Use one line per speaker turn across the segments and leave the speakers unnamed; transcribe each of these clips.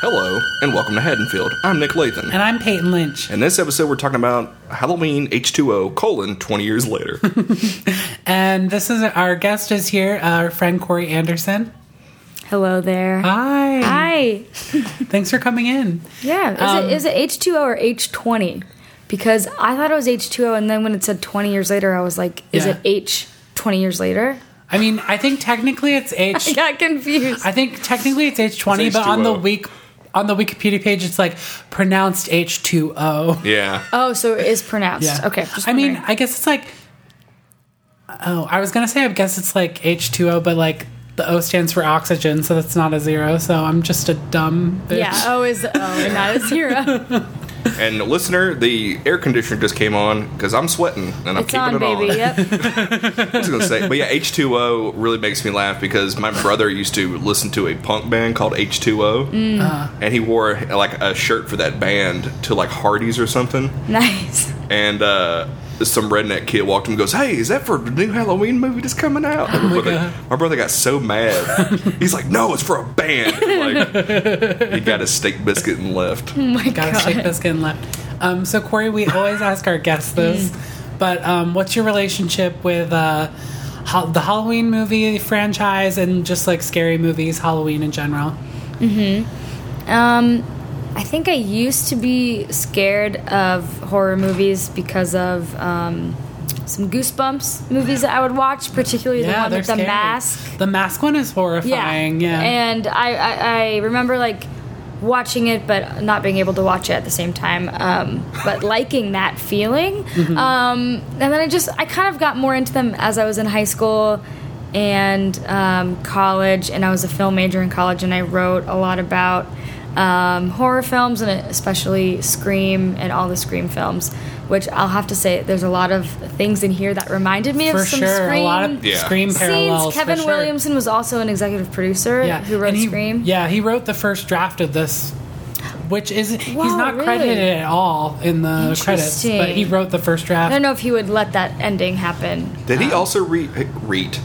Hello, and welcome to Haddonfield. I'm Nick Lathan.
And I'm Peyton Lynch.
In this episode, we're talking about Halloween H2O colon 20 years later.
And this is our guest is here, uh, our friend Corey Anderson.
Hello there.
Hi.
Hi.
Thanks for coming in.
Yeah. Is,
Um,
it, is it H2O or H20? Because I thought it was H2O, and then when it said 20 years later, I was like, is
Yeah.
it H 20 years later?
I mean, I think technically it's
I
H
got confused.
I think technically it's H twenty,
It's
but on the
H2O.
week on the Wikipedia page it's like pronounced H two O.
yeah.
oh, so it is pronounced.
Yeah.
Okay. just
I mean,
wondering.
I guess it's like. Oh, I was gonna say I guess it's like H two O, but like the O stands for oxygen, so that's not a zero. So I'm just a dumb bitch.
yeah. oh, O is O, and not a zero.
And listener, the air conditioner just came on because I'm sweating and I'm
it's
keeping
on,
it
baby.
on.
Yep.
I was gonna say, but yeah, H2O really makes me laugh because my brother used to listen to a punk band called H2O,
Mm.
and he wore like a shirt for that band to like Hardee's or something.
nice.
and uh, some redneck kid walked him and goes, Hey, is that for the new Halloween movie that's coming out? And my, brother,
God.
my brother got so mad. He's like, No, it's for a band. Like, he got his steak biscuit and left.
Oh my
Gotta
God.
shake this skin left. Um, so Corey, we always ask our guests
Mm.
this, but um, what's your relationship with uh, ho- the Halloween movie franchise and just like scary movies, Halloween in general?
Um, I think I used to be scared of horror movies because of um, some Goosebumps movies that I would watch, particularly the one with the
scary.
mask.
The mask one is horrifying. Yeah,
And I, I, I remember like watching it, but not being able to watch it at the same time. Um, but liking that feeling.
Mm-hmm.
Um, and then I just, I kind of got more into them as I was in high school and um, college. And I was a film major in college, and I wrote a lot about um, horror films and especially Scream and all the Scream films. Which I'll have to say, there's a lot of things in here that reminded me
for
of some
sure.
Scream
A lot of
Yeah.
scream
scenes.
parallels. for
Kevin
sure.
Williamson was also an executive producer who wrote
and he-
Scream.
Yeah, he wrote the first draft of this, which isn't he's
Wow,
not
really?
credited at all in the credits, but he
Interesting.
wrote the first
I
draft.
don't know if he would let that ending happen.
Did he also read? Read.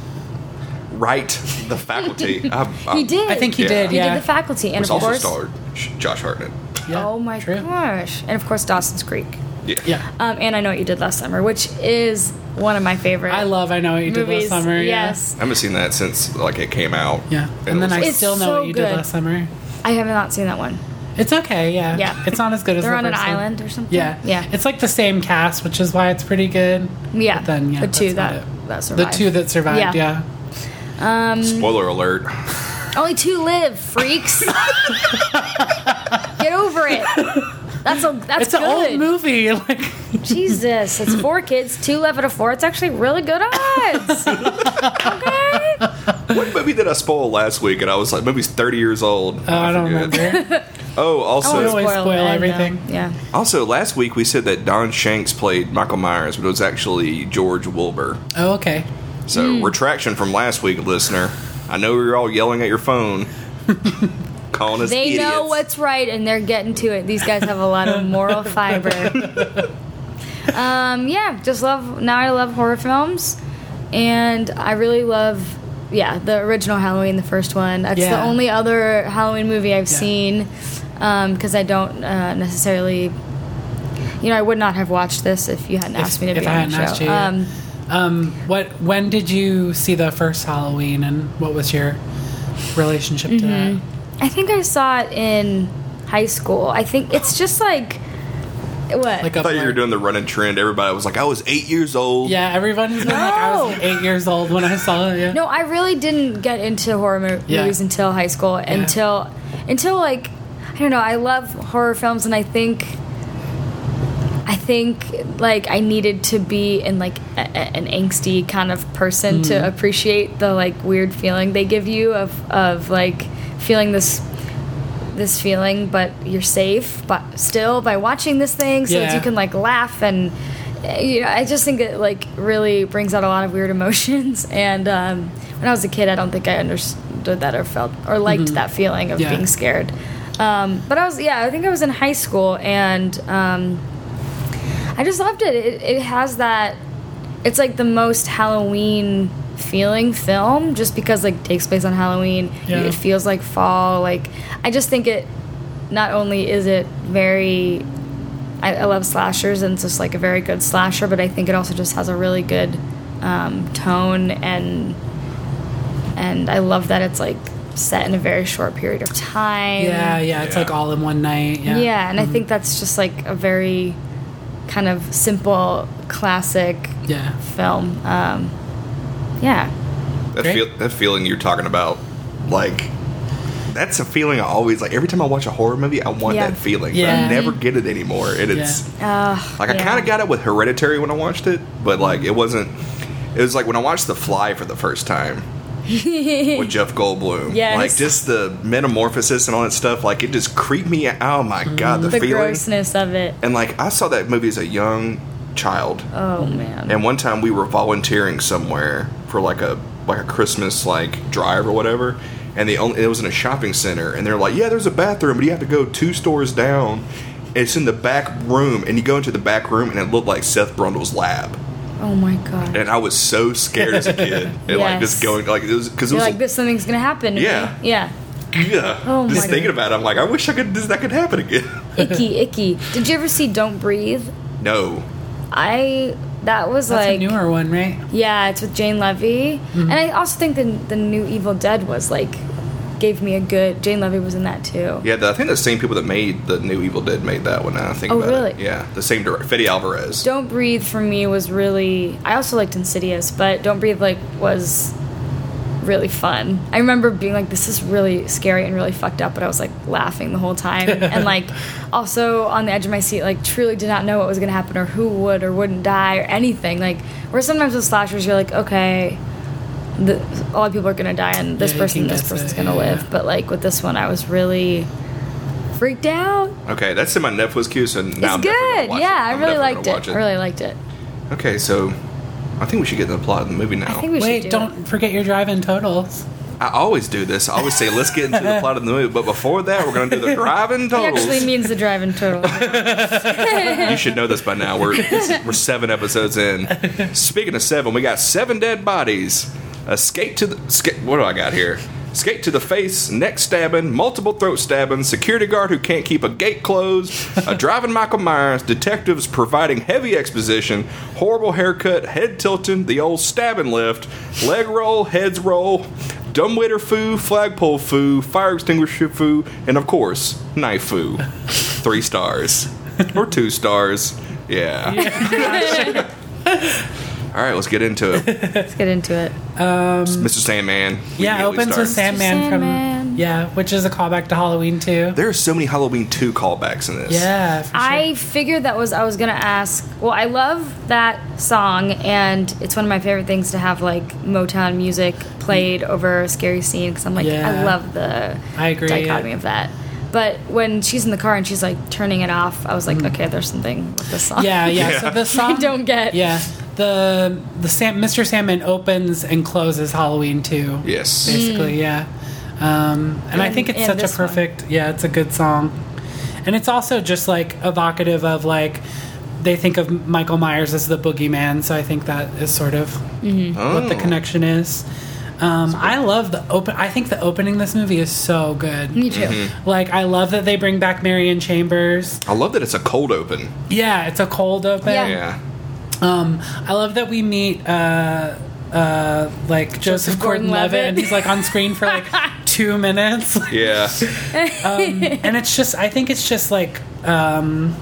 Write the faculty. I, I,
He did.
I think he
Yeah.
did.
He
Yeah,
did the faculty, and
Was
of
also
course,
starred Sh- Josh Hartnett.
Yeah,
oh my
true.
gosh, and of course Dawson's Creek.
Yeah.
Yeah,
Um, and I know what you did last summer, which is one of my favorite.
I love. I know what you did last
movies.
summer. yeah.
Yes,
I haven't seen that since like it came out.
Yeah, and
it
then
was
I
like-
It's
still know
so
what you did
good.
last summer.
I have not seen that one.
It's okay. Yeah,
Yeah.
It's not as good as
They're
the
on an
first one.
island or something.
Yeah,
yeah,
It's like the same cast, which is why it's pretty good.
yeah.
But then yeah,
the two
that's not
that
it.
that
the
survived.
two that survived. Yeah,
Yeah.
spoiler alert.
Only two live, freaks. Get over it. That's a that's
it's an
good.
old movie. Like
Jesus, it's four kids, two left out of four. It's actually really good odds. okay.
what movie did I spoil last week? And I was like, movie's thirty years old.
oh, I don't
forget.
remember.
Oh, also
always spoil
I know.
everything.
Yeah.
Also, last week we said that Don Shanks played Michael Myers, but it was actually George Wilbur.
oh, okay.
So,
Hmm.
retraction from last week, listener. I know you're all yelling at your phone, calling us
They
idiots.
know what's right and they're getting to it. These guys have a lot of moral fiber. um, yeah, just love now I love horror films and I really love yeah, the original Halloween, the first one. That's
Yeah.
the only other Halloween movie I've
Yeah.
seen because I don't uh, necessarily you know, I would not have watched this if you hadn't
If-
asked me to
if
be
I
on
hadn't
the show.
asked you, yeah.
um,
Um, what? When did you see the first Halloween, and what was your relationship to that?
I think I saw it in high school. I think it's just like what?
Like
I thought you were
blur-
doing the running trend. Everybody was like, I was eight years old.
Yeah, everyone has been like, I was
No.
eight years old when I saw it. Yeah.
no, I really didn't get into horror mo-
Yeah.
movies until high school. Until until like I don't know. I love horror films, and I think I think like I needed to be in like a, a- an angsty kind of person
Mm-hmm.
to appreciate the like weird feeling they give you of of like feeling this this feeling but you're safe but still by watching this thing so that
Yeah.
you can like laugh and uh, you know i just think it like really brings out a lot of weird emotions and um, when i was a kid i don't think i understood that or felt or liked that feeling of
Mm-hmm. Yeah.
being scared um, but i was yeah i think i was in high school and um, I just loved it. it. It has that. It's like the most Halloween feeling film, just because like it takes place on Halloween.
Yeah.
It feels like fall. Like I just think it not only is it very I, I love slashers and it's just like a very good slasher, but I think it also just has a really good um, tone and and I love that it's like set in a very short period of time.
Yeah, yeah, it's
Yeah.
like all in one night. Yeah.
Yeah, and I think that's just like a very kind of simple classic
Yeah.
film. Um, yeah.
That,
Great.
feel, that feeling you're talking about, like, that's a feeling I always like. Every time I watch a horror movie, I want
Yeah.
that feeling.
Yeah.
I never get it anymore, and it's
Uh,
like I
yeah.
kind of got it with Hereditary when I watched it, but like it wasn't. It was like when I watched The Fly for the first time with Jeff Goldblum.
Yes.
Like just the metamorphosis and all that stuff. Like it just creeped me. out. Oh my god, the,
Mm-hmm. the
feeling.
grossness of it.
And like I saw that movie as a young child.
Oh man.
And one time we were volunteering somewhere for like a like a Christmas like drive or whatever. And the only it was in a shopping center, and they're like, "Yeah, there's a bathroom, but you have to go two stores down. It's in the back room, and you go into the back room, and it looked like Seth Brundle's lab.
Oh my god.
And I was so scared as a kid, and like
Yes.
just going like it was because it
You're
was
like this something's gonna happen. to me.
Yeah.
Yeah.
yeah.
Oh my
just thinking
God.
about it, I'm like, I wish I could this, that could happen again.
Icky, icky. Did you ever see Don't Breathe?
no,
I that was
That's
like
a newer Mm-hmm. one, right?
Yeah, it's with Jane Levy. And I also think the the new Evil Dead was like gave me a good Jane Levy was in that too.
yeah, the, I think the same people that made the new Evil Dead made that one. Now I think
Oh,
about
really?
it, yeah, the same director, Fede Alvarez.
Don't Breathe for me was really I also liked Insidious, but Don't Breathe like was really fun. I remember being like this is really scary and really fucked up, but I was like laughing the whole time and like also on the edge of my seat like truly did not know what was going to happen or who would or wouldn't die or anything. Like where sometimes with slashers you're like okay the, a lot of people are going to die and this
Yeah, you
person
can
this
guess
person's
it,
going to
yeah,
live.
yeah.
But like with this one I was really freaked out.
Okay, that's in my Netflix queue, so now I'm
it's
definitely gonna
good.
watch
Yeah,
it.
I
I'm
really
definitely
liked
gonna
it.
watch
I really liked it.
Okay, so I think we should get to the plot of the movie now.
I
I,
think we
Wait,
should do
not forget your drive-in totals.
always do this. I always say, let's get into the plot of the movie, but before that, we're going to do the driving
It
totals.
actually means the drive-in turtle.
you should know this by now. We're it's- we're seven episodes in. Speaking of seven, we got seven dead bodies. Escape to the escape, what do I got here? Escape to the face, neck stabbing, multiple throat stabbing, security guard who can't keep a gate closed, a driving Michael Myers, detectives providing heavy exposition, horrible haircut, head tilting, the old stabbing lift, leg roll, heads roll, dumbwaiter foo, flagpole foo, fire extinguisher foo, and of course, knife foo. Three stars or two stars. Yeah. All right, let's get into it.
Let's get into it.
Mr. Sandman. we
yeah, it
immediately
opens with
start.
Sandman,
Sandman.
from yeah, which is a callback to Halloween too.
There are so many Halloween 2 callbacks in this.
Yeah, for
I figured that was I was gonna ask. Well, I love that song, and it's one of my favorite things to have like Motown music played over a scary scene because I'm like, I
Mm. Yeah.
love the
I agree.
dichotomy of that. But when she's in the car and she's like turning it off, I was like, okay, there's something with this song.
Mm. yeah, yeah,
Yeah.
So the song
don't get.
Yeah, the the Sam, Mr. Sandman opens and closes Halloween too.
Yes.
basically. Yeah, um, and, I
Mm. And-
think it's
and
such
this
a perfect. Yeah, it's a good song, and it's also just like evocative of like they think of Michael Myers as the boogeyman, so I think that is sort of
Mm-hmm.
what the
Oh.
connection is. Um, I love the open. I think the opening of this movie is so good.
Me too.
Like, I love that they bring back Marion Chambers.
I love that it's a cold open.
Yeah, it's a cold open.
Yeah.
Yeah.
Um, I love that we meet uh, uh, like Joseph,
Gordon-Levitt.
Gordon-Levitt, and he's like on screen for like two minutes,
Yeah.
and it's just I think it's just like um,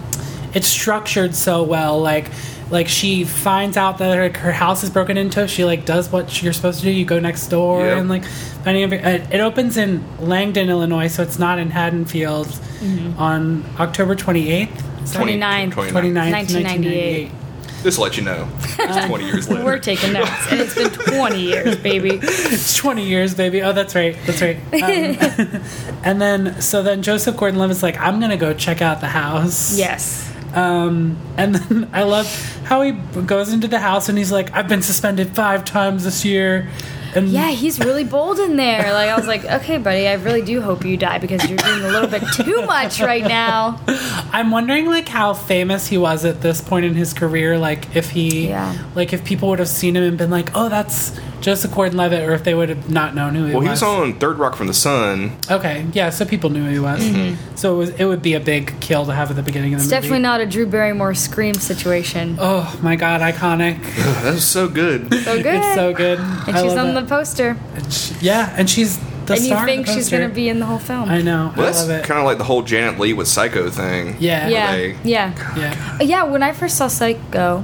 it's structured so well. Like like she finds out that her, her house is broken into. She like does what you're supposed to do. You go next door
Yep.
and like finding every, uh, it opens in Langdon, Illinois, so it's not in Haddonfield on October 28th.
29th.
29.
29th,
1998.
1998.
Just to let you know. It's
Uh,
20 years later.
We're taking notes, and it's been 20 years, baby.
It's 20 years, baby. Oh, that's right. That's right. Um, and then, so then Joseph Gordon Levitt's like, I'm going to go check out the house.
Yes.
Um, and then I love how he goes into the house and he's like, I've been suspended five times this year. And
yeah, he's really bold in there. Like I was like, okay, buddy, I really do hope you die because you're doing a little bit too much right now.
I'm wondering like how famous he was at this point in his career. Like if he,
Yeah.
like if people would have seen him and been like, "Oh, that's Joseph Gordon-Levitt," or if they would have not known who he
Well,
was.
he was on Third Rock from the Sun.
Okay, yeah, so people knew who he was. So it was it would be a big kill to have at the beginning of the
Mm-hmm. It's
movie.
definitely not a Drew Barrymore scream situation.
Oh my god, iconic!
Ugh, Oh, that was so good.
So good.
It's so good.
and she's on the poster,
the yeah, and she's the star
and you
of the
think she's
poster.
gonna be in the whole film.
I know.
Well,
I
that's
love it.
kind of like the whole Janet Lee with Psycho thing.
yeah,
Yeah,
They-
yeah,
yeah.
yeah. When I first saw Psycho,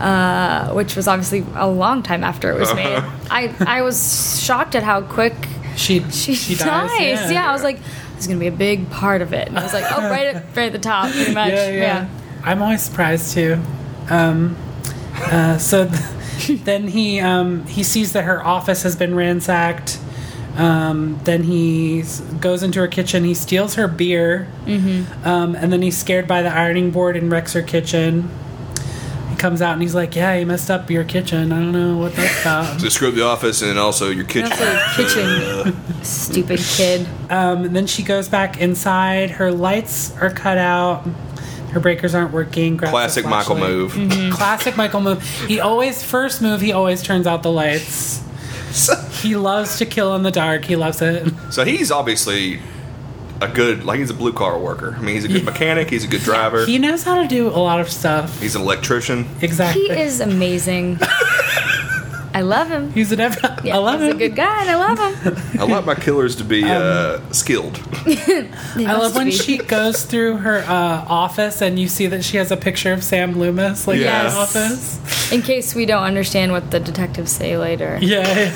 uh, which was obviously a long time after it was made, I I was shocked at how quick
She
she,
she, dies.
Yeah. I was like, this is gonna be a big part of it. And I was like, oh, right at right at the top, pretty much.
yeah, yeah. I'm always surprised too. Um, uh, so th- then he um, he sees that her office has been ransacked. Um, then he s- goes into her kitchen. He steals her beer, um, and then he's scared by the ironing board and wrecks her kitchen. He comes out and he's like, "Yeah, you messed up your kitchen. I don't know what that's about."
So screw up the office and also your kitchen.
That's a kitchen, stupid kid.
Um, and then she goes back inside. Her lights are cut out. Her breakers aren't working. grabs the
Classic Michael
flashlight. Mm,
move.
Classic Michael move. He always first move. He always turns out the lights. He loves to kill in the dark. He loves it.
So he's obviously a good, like he's a blue collar worker. I mean, he's a good mechanic. He's a good driver.
He knows how to do a lot of stuff.
He's an electrician.
Exactly.
He is amazing. I love him.
He's an. Ev-
Yeah,
I love
he's
him.
a good guy, and I love him.
I like my killers to
Um,
be uh, skilled.
He
I
must
love when
be.
she goes through her uh, office and you see that she has a picture of Sam Loomis, like in
Yes.
her office.
In case we don't understand what the detectives say later.
Yeah.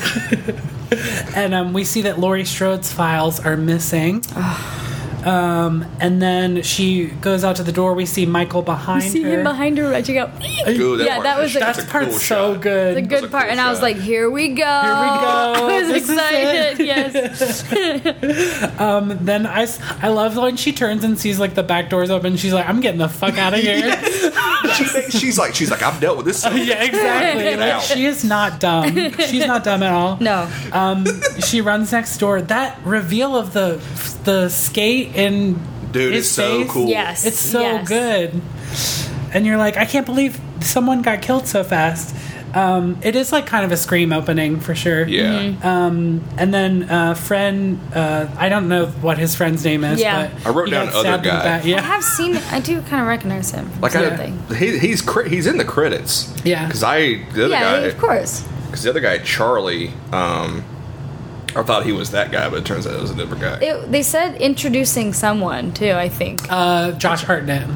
and um, we see that Laurie Strode's files are missing. um, and then she goes out to the door. We see Michael behind
You see
her.
him behind her retching out.
Ooh, that
yeah,
part-
that was like,
That's
That's a
part
cool
so
shot.
good.
the
was a
good part,
cool
and I was
shot.
like, "Here we go!"
go.
I was
This is
excited. Yes,
Then I, s- I love when she turns and sees like the back doors open. She's like, I'm getting the fuck out of here. yeah.
she's like, she's like, I've dealt with this.
exactly.
Get
Like,
out.
she is not dumb. She's not dumb at all.
no,
Um, she runs next door. That reveal of the the skate and
Dude, it's
his
so
face,
cool.
yes,
It's so
yes.
good. And you're like, I can't believe someone got killed so fast. Um, it is like kind of a scream opening for sure.
Yeah.
Um, and then uh, friend, uh, I don't know what his friend's name is.
Yeah.
But
I wrote
he
down
got
other
stabbed in the
guy.
back.
I
Yeah.
have seen. I do kind of recognize him. from
Like
something.
I, he, he's cre- he's in the credits.
Yeah.
Because I the other
yeah,
guy
of course.
because the other guy Charlie, um, I thought he was that guy, but it turns out it was a different guy.
It, they said introducing someone too. I think.
Uh, Josh Hartnett.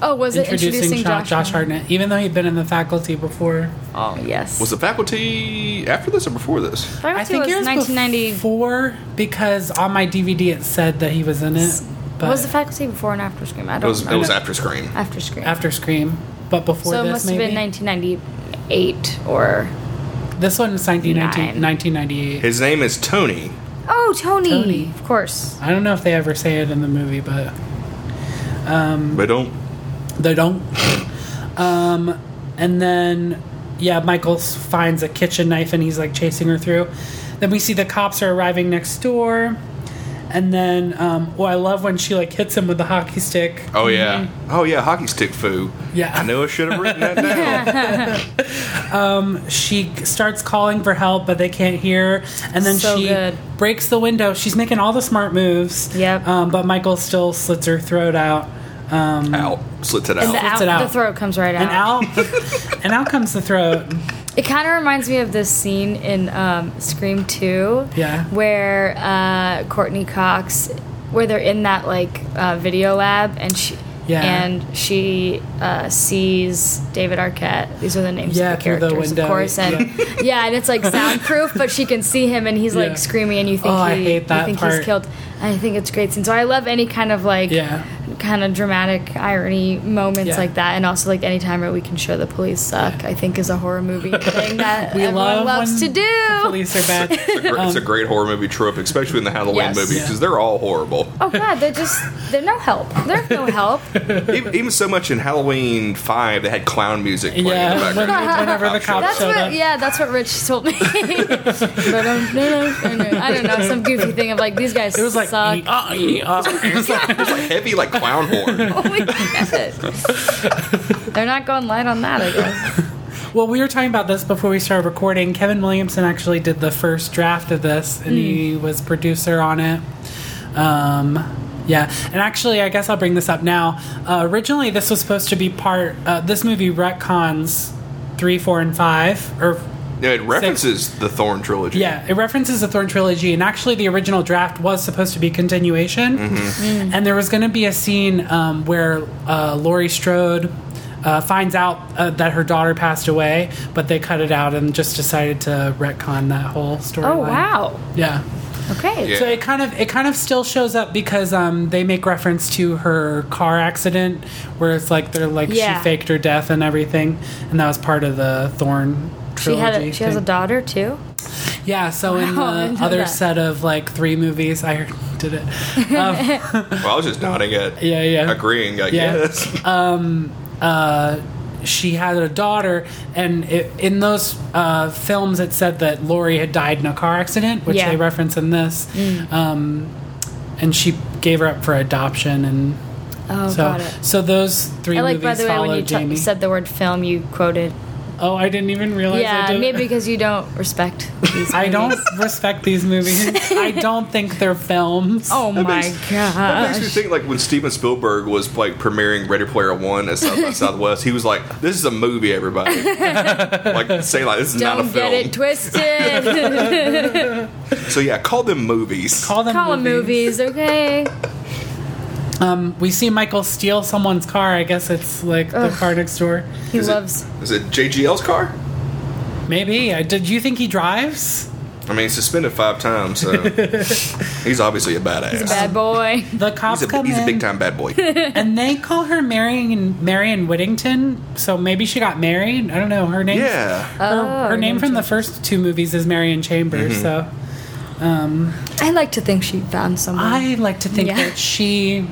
oh, was it
Introducing,
introducing
Josh,
Josh?
Josh Hartnett, even though he'd been in the faculty before.
Oh, yes.
was the faculty after this or before this?
Priority
I think
was
it was
1990.
before because on my DVD it said that he was in it. But
was the faculty before and after Scream? I
It
don't
was
know.
it was after Scream.
after Scream.
after Scream, but before
so it
this
must
maybe.
have been 1998 or.
this one was 1990
Nine.
1998.
His name is Tony.
Oh, Tony.
Tony.
Of course.
I don't know if they ever say it in the movie, but
But don't
they don't. um, and then yeah, Michael s- finds a kitchen knife and he's like chasing her through. Then we see the cops are arriving next door. And then, um, oh, I love when she like hits him with the hockey stick.
Oh yeah. Oh yeah, hockey stick foo.
Yeah.
I knew I should have written that down.
she starts calling for help, but they can't hear. And then
So
she
good.
breaks the window. She's making all the smart moves.
Yep.
Um, but Michael still slits her throat out.
out. Slits it out.
The, out,
it out.
the throat comes right out.
And out, and out comes the throat.
It kind of reminds me of this scene in um, Scream 2.
Yeah.
Where uh, Courtney Cox, where they're in that like uh, video lab and she.
Yeah.
And she uh, sees David Arquette. These are the names
Yeah,
of the
through the
characters,
window,
of course. And yeah. and it's like soundproof, but she can see him, and he's
Yeah.
like screaming, and you think
Oh,
he,
I hate that
you think
part.
he's killed. I think it's a great scene. So I love any kind of like
Yeah.
kind of dramatic irony moments
Yeah.
like that, and also like anytime that we can show the police suck, I think is a horror movie thing that
We
everyone
love
loves to
when
do.
The police are bad.
It's a, gr- it's a great horror movie trope, especially in the Halloween
Yes.
movies,
Yeah.
because they're all horrible.
Oh god, they're just they're no help. They're no help.
even, E-, even so much in Halloween Five, they had clown music playing
yeah,
in the
when-
background. "Oh,
whenever the
Option.
cops
That's
showed
what
up.
yeah, that's what Rich told me. um, I don't know, some goofy thing of like these guys
It was like,
suck.
"Ee, ah, ee, ah." It was like-
It's like heavy, like clown horn.
Oh my god. They're not going light on that, I guess.
well, we were talking about this before we started recording. Kevin Williamson actually did the first draft of this, and he was producer on it. Um, yeah, and actually, I guess I'll bring this up now. Uh, originally, this was supposed to be part. Uh, this movie retcons three, four, and five, or
Yeah, it references the Thorn trilogy.
Yeah, it references the Thorn trilogy, and actually, the original draft was supposed to be continuation,
Mm.
and there was going to be a scene um, where uh, Laurie Strode uh, finds out uh, that her daughter passed away, but they cut it out and just decided to retcon that whole storyline.
Oh wow.
Yeah.
Okay.
Yeah.
So it kind of it kind of still shows up because um, they make reference to her car accident where it's like they're like
Yeah.
she faked her death and everything, and that was part of the Thorn
She
trilogy.
had a, she has a
thing.
daughter too.
Yeah, so in the
Wow, I didn't know
other
that.
set of like three movies, I did it.
Well, I was just nodding at,
Yeah, yeah.
agreeing. I
Yeah.
guess.
She had a daughter, and it, in those uh, films, it said that Lori had died in a car accident, which
Yeah. Mm.
they reference in this. Um, and she gave her up for adoption, and
Oh,
so
got it.
so those three
I like, by
movies
the way, when
follow
you
Jamie.
t- said the word film, you quoted.
oh, I didn't even realize. I
Yeah,
did.
maybe because you don't respect these.
I don't
movies.
respect these movies. I don't think they're films.
Oh my
makes- That makes me
gosh.
think like when Steven Spielberg was like premiering Ready Player One at South by Southwest, he was like, "This is a movie, everybody." like say like this is not a
Don't
film.
get it twisted.
so yeah, call them movies.
Call them
Call them movies, okay?
We see Michael steal someone's car. I guess it's like the car next door.
He
is
loves.
It, is it JGL's car?
Maybe. Uh, Did you think he drives?
I mean, he's suspended five times, so he's obviously a badass.
He's a bad boy.
The cops
He's a,
come in
big time bad boy.
and they call her Marion Marion Whittington. So maybe she got married. I don't know her name.
yeah.
Her,
Oh,
her name from the first two movies is Marion Chambers.
Mm-hmm.
So
I like to think she found someone.
I like to think
Yeah.
that she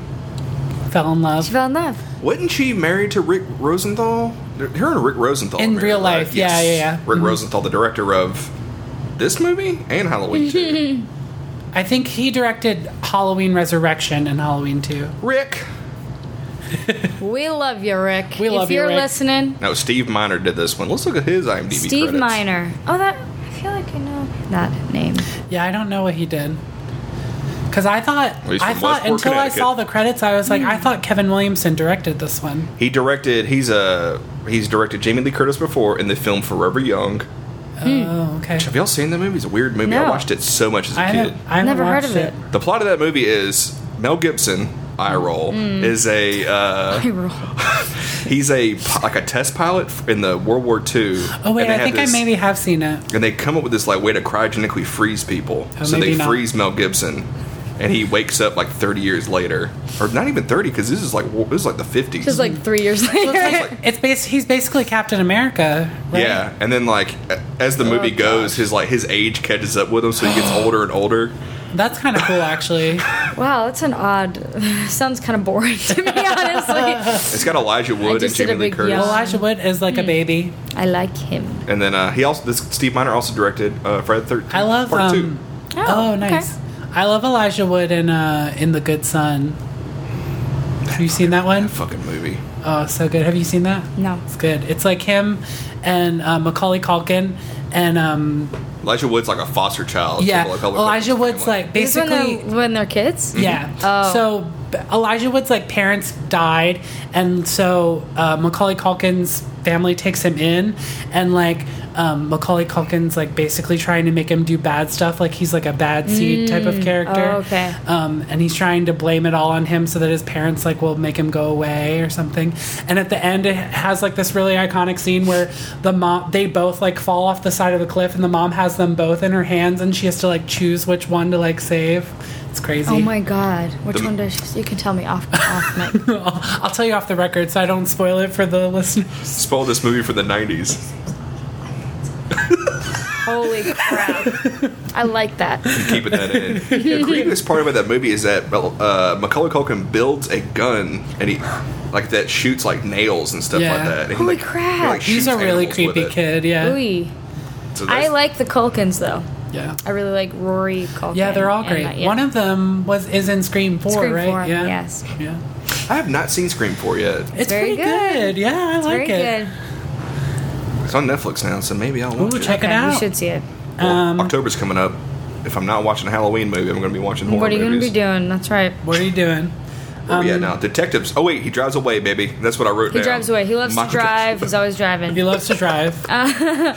fell in love.
she fell in love.
Wasn't she married to Rick Rosenthal? Her and Rick Rosenthal
In
are married,
real
right?
life, yeah, yeah, yeah.
Rick Rosenthal, the director of this movie and Halloween 2.
I think he directed Halloween Resurrection and Halloween Two.
Rick.
We love you, Rick.
We love
if
you,
you're
Rick.
listening,
No, Steve Miner did this one. Let's look at his IMDb.
Steve
credits.
Miner. Oh, that. I feel like I know that name.
Yeah, I don't know what he did. Cause I thought,
he's
I
from
thought
Westport,
until I
Connecticut.
saw the credits, I was like,
Hmm.
I thought Kevin Williamson directed this one.
He directed. He's a. He's directed Jamie Lee Curtis before in the film Forever Young.
Hmm.
Oh, okay.
Have y'all seen that movie? It's a weird movie. I
No.
watched it so much as a
I
kid.
haven't, I haven't
Never heard
watched
of it.
The plot of that movie is Mel Gibson. Eye roll is a uh,
I Mm. roll.
he's a pi- like a test pilot in the World War II.
Oh wait,
and they
I
have
think
this-
I maybe have seen it.
and they come up with this like way to cryogenically freeze people.
Oh,
so
maybe
they
not.
freeze Mel Gibson, and he wakes up like 30 years later, or not even 30 because this is like war- this is like the 50s.
Just like three years later.
It's bas- he's basically Captain America, right?
Yeah, and then like a- as the
Oh,
movie goes, his like his age catches up with him, so he gets older and older.
That's kind of cool, actually.
wow, that's an odd. Sounds kind of boring to me, honestly.
It's got Elijah Wood and
just did a
Jamie Lee
big
Curtis,
yawn.
Elijah Wood is like a
Hmm.
baby.
I like him.
and then uh, he also this Steve Miner also directed uh, Fred 13.
I love.
part
Um,
Oh,
oh,
okay.
nice. I love Elijah Wood in uh, in The Good Son. Have you seen that one?
two fucking movie.
Oh, so good. Have you seen that?
No.
It's good. It's like him and uh, Macaulay Culkin and um,
Elijah Wood's like a foster child. to
yeah,
Macaulay Culkin's
Elijah Wood's
family.
like
Is this when
basically
they're, when they're kids?
Yeah.
Oh.
So b- Elijah Wood's like parents died, and so uh, Macaulay Culkin's family takes him in, and like um, Macaulay Culkin's like basically trying to make him do bad stuff. Like he's like a bad seed type of character.
Oh, okay.
Um, and he's trying to blame it all on him so that his parents like will make him go away or something. And at the end, it has like this really iconic scene where the mom they both like fall off the side of a cliff, and the mom has them both in her hands, and she has to like choose which one to like save. It's crazy.
Oh my god. Which one does you can tell me off off mic.
I'll, I'll tell you off the record so I don't spoil it for the listeners.
Spoil this movie for the 90s.
Holy crap. I like that.
Keeping that in. the creepiest part about that movie is that uh, Macaulay Culkin builds a gun and he like that shoots like nails and stuff
Yeah.
like that. And he,
Holy
like,
crap.
he, like,
He's
shoots
a
animals
really
with
creepy
it.
kid. Yeah.
Ooey.
So
I
that's-
like the Culkins though.
Yeah.
I really like Rory Culkin.
Yeah, they're all
and,
great.
uh, yeah.
One of them was is in Scream Four,
Scream
right?
4,
yeah.
yes.
Yeah.
I have not seen Scream 4 yet.
It's
very
pretty good.
good.
Yeah, I
It's
like
very
it.
good.
It's on Netflix now, so maybe I'll watch
Ooh,
it.
check um, it
Okay,
out.
You should see it.
Well, October's coming up. If I'm not watching a Halloween movie, I'm going to be watching horror
What are you gonna
movies.
be doing? That's right.
What are you doing?
Oh,
Um,
yeah, no. Detectives. Oh, wait, he drives away, baby. That's what I wrote
He
down.
drives away. He loves
Michael
to drive.
Jackson.
He's always driving.
He loves to drive.
Uh, the,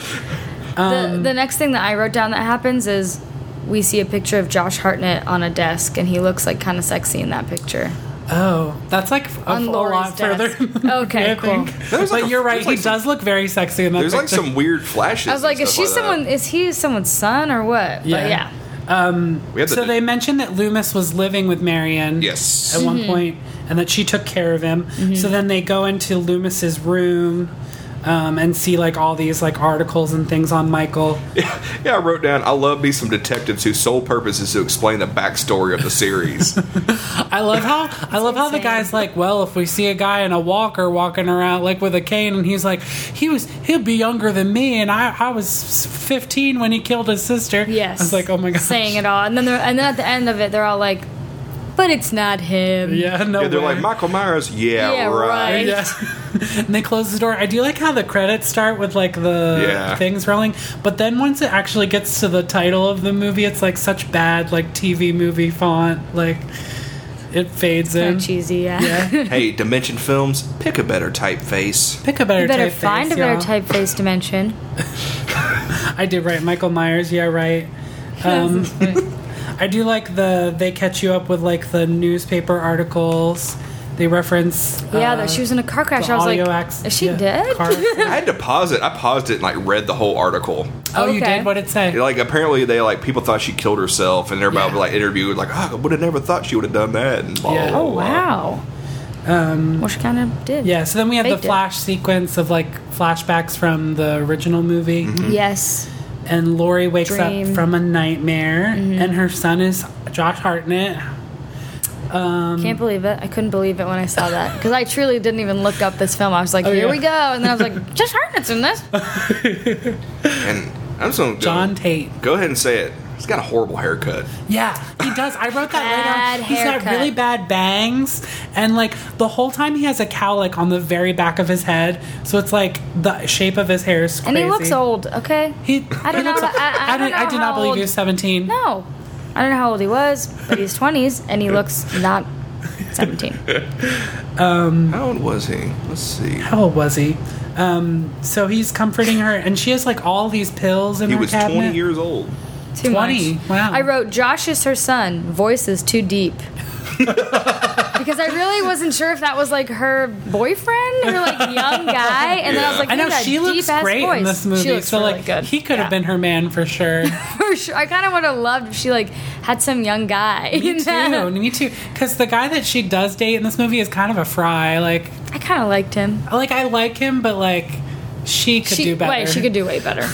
Um,
the next thing that I wrote down that happens is we see a picture of Josh Hartnett on a desk, and he looks like kind of sexy in that picture.
oh, that's like a,
On
a
Laura's
lot
desk.
further.
Okay,
I
cool.
think.
There's like
but
a-
you're right.
there's like
he
some-
does look very sexy in that.
There's like
picture.
some weird flashes.
I was like,
and
is
stuff
she
like that.
someone? Is he someone's son or what?
Yeah.
But yeah.
We have the
So they mentioned that Loomis was living with Marion.
Yes.
At
Mm-hmm.
one point, and that she took care of him. So then they go into Loomis's room um, and see like all these like articles and things on Michael.
Yeah, I wrote down. I love me some detectives whose sole purpose is to explain the backstory of the series.
I love how I love how the
insane.
guy's like, well, if we see a guy in a walker walking around like with a cane, and he's like, he was he'll be younger than me, and I I was fifteen when he killed his sister.
Yes.
I was like, oh my god,
Saying it all, and then they're- and then at the end of it, they're all like, "But it's not him."
Yeah, no.
yeah, they're
way.
like Michael Myers. Yeah,
Yeah,
right.
right.
Yeah. and they close the door. I do like how the credits start with like the
Yeah.
things rolling, but then once it actually gets to the title of the movie, it's like such bad like TV movie font. Like it fades
Kinda
in.
cheesy. Yeah.
Yeah.
Hey, Dimension Films, pick a better typeface.
Pick a better.
You better
typeface,
find a better
y'all.
typeface dimension.
I did right. Michael Myers. Yeah, right. Um, I do like the they catch you up with like the newspaper articles. They reference.
yeah,
uh,
that she was in a car crash.
the
I was like,
audio acc-
"Is she
yeah,
dead?"
car-
I had to pause it. I paused it and like read the whole article.
oh, you
Okay.
did. What it say?
Like apparently they like people thought she killed herself, and everybody
Yeah.
like interviewed like, oh, I would have never thought she would have done that. And blah,
Yeah.
blah,
Oh,
blah, blah.
wow. Um, well, she kind of did.
Yeah. So then we have the
Faked it.
flash sequence of like flashbacks from the original movie,
Mm-hmm.
Yes.
and Lori wakes
Dream. Mm-hmm.
up from a nightmare, and her son is Josh Hartnett. Um,
Can't believe it. I couldn't believe it when I saw that because I truly didn't even look up this film. I was like,
Oh,
"Here
yeah.
we go," and then I was like, "Just Hartnett's in this."
And I'm just gonna go-
John Tate.
Go ahead and say it. He's got a horrible haircut.
Yeah, he does. I wrote that
Bad
right down. He's got
haircut.
really bad bangs, and like the whole time he has a cow like on the very back of his head, so it's like the shape of his hair is crazy.
And he looks old. Okay.
He,
I don't
he looks
know-
old.
I- I don't
don't- I
know
do
how
not believe
old-
he was seventeen.
No, I don't know how old he was, but he's twenties and he looks not seventeen.
How old was he? Let's see.
How old was he? Um, so he's comforting her, and she has like all these pills in
He
her
was
cabinet.
20 years old.
Too
20,
much.
wow.
I wrote Josh is her son. Voice is too deep. because I really wasn't sure if that was like her boyfriend, her like young guy, and then I was like,
I know
"He's got
she
a
looks
deep-ass
great in
voice."
this movie.
She looks
so
really
like
good.
he could
Yeah.
have been her man for sure.
for sure. I kind of would have loved if she like had some young guy. in
Me
that.
too. Me too. Because the guy that she does date in this movie is kind of a fry. Like
I kind of liked him.
like I like him, but like she could
she
do better. Um,
Wait, she could do way better.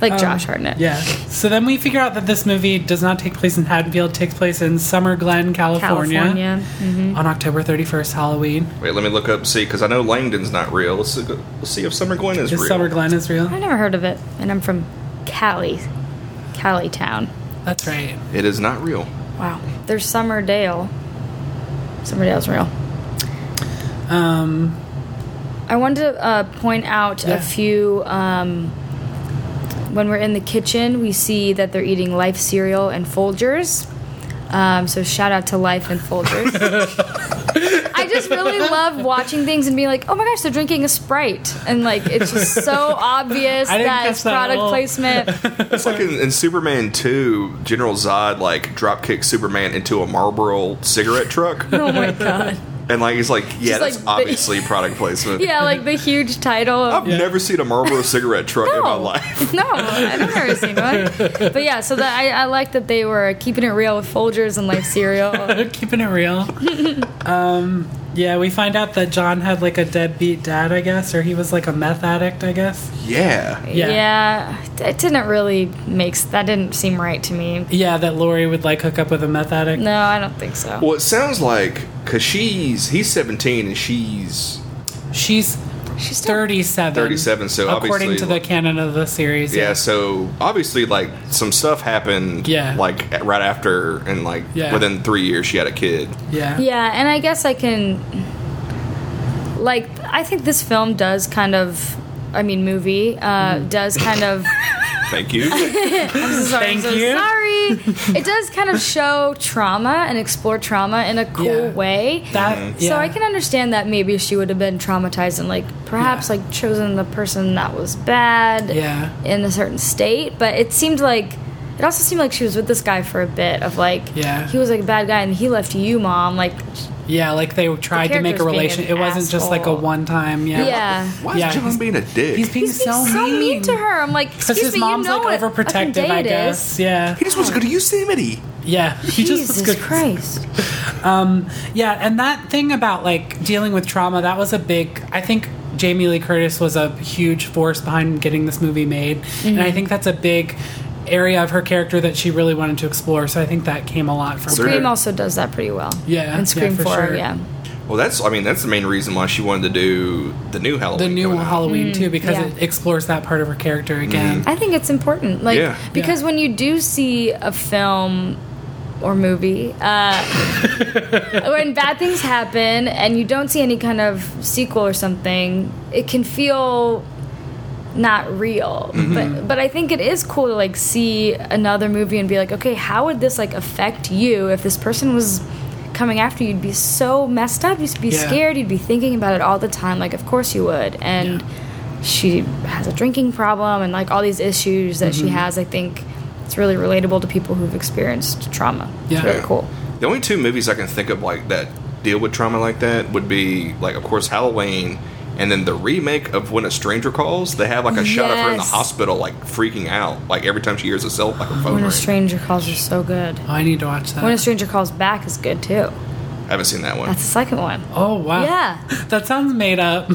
like Josh Hartnett.
Yeah. So then we figure out that this movie does not take place in Haddonfield; it takes place in Summer Glen, California,
California. mm-hmm.
on October thirty first, Halloween.
Wait, let me look up see because I know Langdon's not real. Let's, look, let's see if Summer Gwen is
Is
real.
Summer Glen is real?
I've never heard of it, and I'm from Cali, Cali town.
That's right.
It is not real.
Wow. There's Summerdale. Summerdale's real.
Um,
I wanted to uh, point out
Yeah.
a few. Um, when we're in the kitchen, we see that they're eating Life cereal and Folgers. Um, so shout out to Life and Folgers. I I just really love watching things and being like, oh my gosh, they're drinking a Sprite. And like, it's just so obvious
I didn't
that
catch
it's
that at
product
all.
placement.
It's like in, in Superman 2, General Zod like drop kicks Superman into a Marlboro cigarette truck,
Oh my God.
and like he's like, yeah,
Just like
that's
big-
obviously product placement.
Yeah, like the huge title of
I've never seen a Marlboro cigarette truck in my life.
No, I've never seen one. But yeah, so that I, I like that they were keeping it real with Folgers and like cereal.
Keeping it real. um, yeah, we find out that John had like a deadbeat dad, I guess, or he was like a meth addict, I guess.
Yeah.
Yeah.
yeah, it didn't really make s- that didn't seem right to me.
Yeah, that Lori would like hook up with a meth addict.
No, I don't think so.
Well, it sounds like because she's he's 17 and she's
She's
She's still-
37.
37, so
according
obviously-
to the canon of the series.
yeah. So obviously, like some stuff happened.
Yeah.
Like at- right after, and like
Yeah.
within three years, she had a kid.
Yeah.
Yeah, and I guess I can. Like, I think this film does kind of. I mean, movie uh,
Mm.
does kind of.
Thank you.
sorry, I'm
Thank
so
you.
Sorry. It does kind of show trauma and explore trauma in a cool
Yeah.
way.
Mm-hmm.
That, yeah.
So I can understand that maybe she would have been traumatized and like perhaps
Yeah.
like chosen the person that was bad
Yeah.
in a certain state. But it seemed like it also seemed like she was with this guy for a bit of like
Yeah.
he was like a bad guy and he left you mom like
Yeah, like they tried to make a
character's being
relation.
an
It wasn't just like a
asshole.
one time. Yeah.
Yeah.
Why is
Yeah,
John
he's-
being a dick?
He's being
he's
so,
being so mean. to her. I'm like
Because
excuse
his
me,
mom's
you know
like
what fucking
overprotective,
day
I
it
guess.
is.
Yeah.
he just wants to go to Yosemite.
Yeah. He just was
Jesus
good.
Christ.
Yeah, and that thing about like dealing with trauma, that was a big I think Jamie Lee Curtis was a huge force behind getting this movie made. And
Mm-hmm.
I think that's a big area of her character that she really wanted to explore. So I think that came a lot from
Sure.
Scream also does that pretty well.
Yeah,
And Scream
yeah, for
4,
sure.
yeah.
Well, that's I mean that's the main reason why she wanted to do the new
the
Halloween.
new
coming out.
Halloween too, because
Mm-hmm. yeah.
it explores that part of her character again.
I think it's important, like
Yeah.
because
Yeah.
when you do see a film or movie, uh, when bad things happen and you don't see any kind of sequel or something, it can feel not real. But but I think it is cool to like see another movie and be like, okay, how would this like affect you if this person was coming after you? You'd be so messed up. You'd be
Yeah.
scared. You'd be thinking about it all the time. Like, of course you would. And she has a drinking problem and like all these issues that
Mm-hmm.
she has. I think it's really relatable to people who've experienced trauma.
Yeah.
It's really cool.
The only two movies I can think of like that deal with trauma like that would be like of course Halloween and then the remake of When a Stranger Calls. They have like a shot of her in the
Yes.
hospital like freaking out like every time she hears herself like her phone
When
ring.
a stranger calls is so good.
Oh, I need to watch that.
When a stranger calls back is good too.
I haven't seen that one.
That's the second one.
oh wow.
Yeah.
That sounds made up.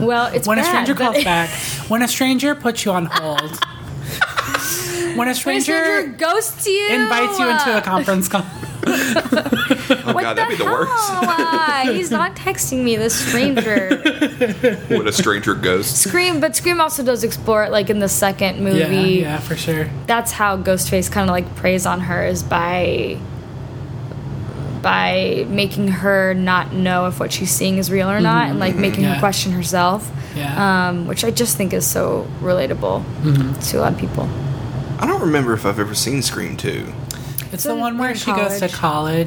Well, it's
When a
bad,
stranger
but-
calls back, when a stranger puts you on hold. When a
When a
stranger,
stranger ghosts you, uh,
invites you into a conference call.
oh god, that'd be the worst.
worst. Uh, He's not texting me, this stranger.
when a stranger goes.
Scream, but Scream also does explore it, like in the second movie.
Yeah, yeah, for sure.
That's how Ghostface kind of like preys on her is by by making her not know if what she's seeing is real or not, and like making
Mm-hmm. Yeah.
her question herself.
Yeah.
Um, which I just think is so relatable
Mm-hmm.
to a lot of people.
I don't remember if I've ever seen Scream 2.
It's the
Then
one where
in
she goes to
college.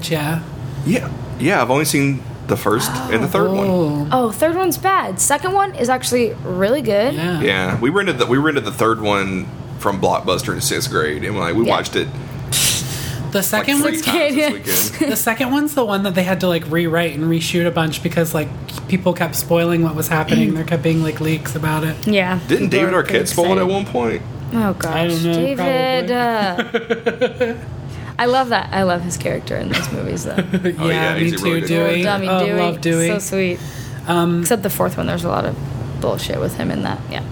college, yeah.
Yeah. Yeah, I've only seen the first and the third one.
Oh,
Oh, third one's bad. Second one is actually really good.
yeah.
Yeah, we rented the we rented the third one from Blockbuster in 6th grade and like we
Yeah.
watched it
The
like
second
three
one's
times
yeah.
this weekend.
the second one's the one that they had to like rewrite and reshoot a bunch because like people kept spoiling what was happening. there kept being like leaks about it.
Yeah.
Didn't
People
David
are pretty
Arquette spoil it at
excited.
one point?
Oh gosh,
I don't know,
David. Uh, I love that. I love his character in those movies, though.
But
Oh, yeah,
me
he's a
too.
really good
Dewey,
actor.
Dummy
oh,
Dewey,
love Dewey. Um,
so sweet. Except the fourth one, there's a lot of bullshit with him in that. Yeah,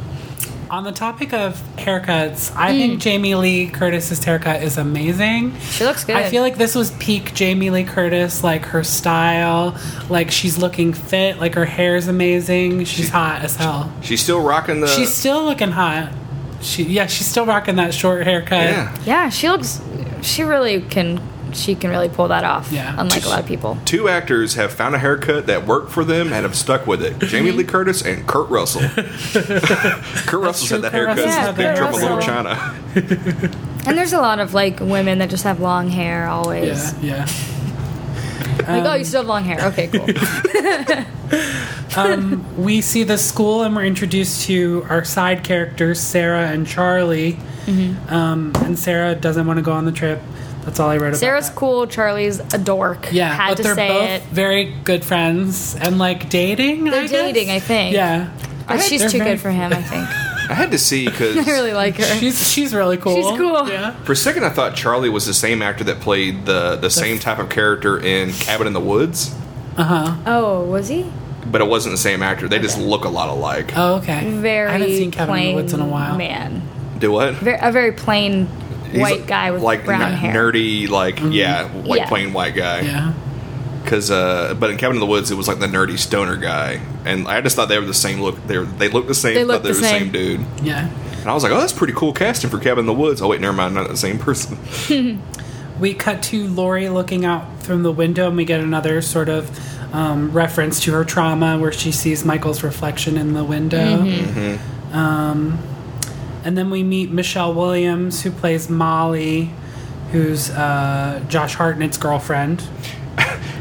On the topic of haircuts,
Mm.
I think Jamie Lee Curtis's haircut is amazing.
she looks good.
I feel like this was peak Jamie Lee Curtis, like her style, like she's looking fit, like her hair's amazing, she's hot as hell.
She's still rocking the
she's still looking hot. She yeah, she's still rocking that short haircut.
Yeah.
yeah, she looks. She really can. She can really pull that off.
Yeah.
unlike a lot of people.
Two actors have found a haircut that worked for them and have stuck with it. Jamie Lee Curtis and Kurt Russell. Kurt Russell's
true,
had that
Kurt
haircut
Russell's
since
had
Big
that
Trouble in Little
haircut.
China.
And there's a lot of like women that just have long hair always.
Yeah, um, yeah.
Like, oh, you still have long hair. Okay, cool.
we see the school and we're introduced to our side characters, Sarah and Charlie.
Mm-hmm.
Um, and Sarah doesn't want to go on the trip. That's all I wrote about.
Sarah's
that.
cool. Charlie's a dork.
Yeah,
had
but
to
they're
say
both
it.
very good friends and like dating.
They're
I guess?
dating, I think.
Yeah,
But she's
They're
too
very-
good for him. I think.
I had to see because
I really like her.
She's she's really cool.
She's cool.
Yeah.
for a second I thought Charlie was the same actor that played the the same type of character in Cabin in the Woods,
oh, was he?
but it wasn't the same actor. They just look a lot alike.
Oh, okay.
Very
I haven't seen Cabin
plain
in the Woods in a while.
man.
Do what?
Ver a very plain
He's
white guy with
like
brown
n-
hair.
nerdy, like yeah, like
Yeah.
plain white guy.
Mm-hmm. Yeah.
Because, uh, but in Cabin in the Woods, it was like the nerdy stoner guy, and I just thought they were the same look. They were, they looked the same.
They
thought
looked
they
the
were
same.
the same dude.
Yeah.
And I was like, oh, that's pretty cool casting for Cabin in the Woods. Oh wait, never mind, not the same person.
We cut to Lori looking out from the window, and we get another sort of um, reference to her trauma where she sees Michael's reflection in the window.
Mm-hmm.
Um, and then we meet Michelle Williams, who plays Molly, who's uh, Josh Hartnett's girlfriend.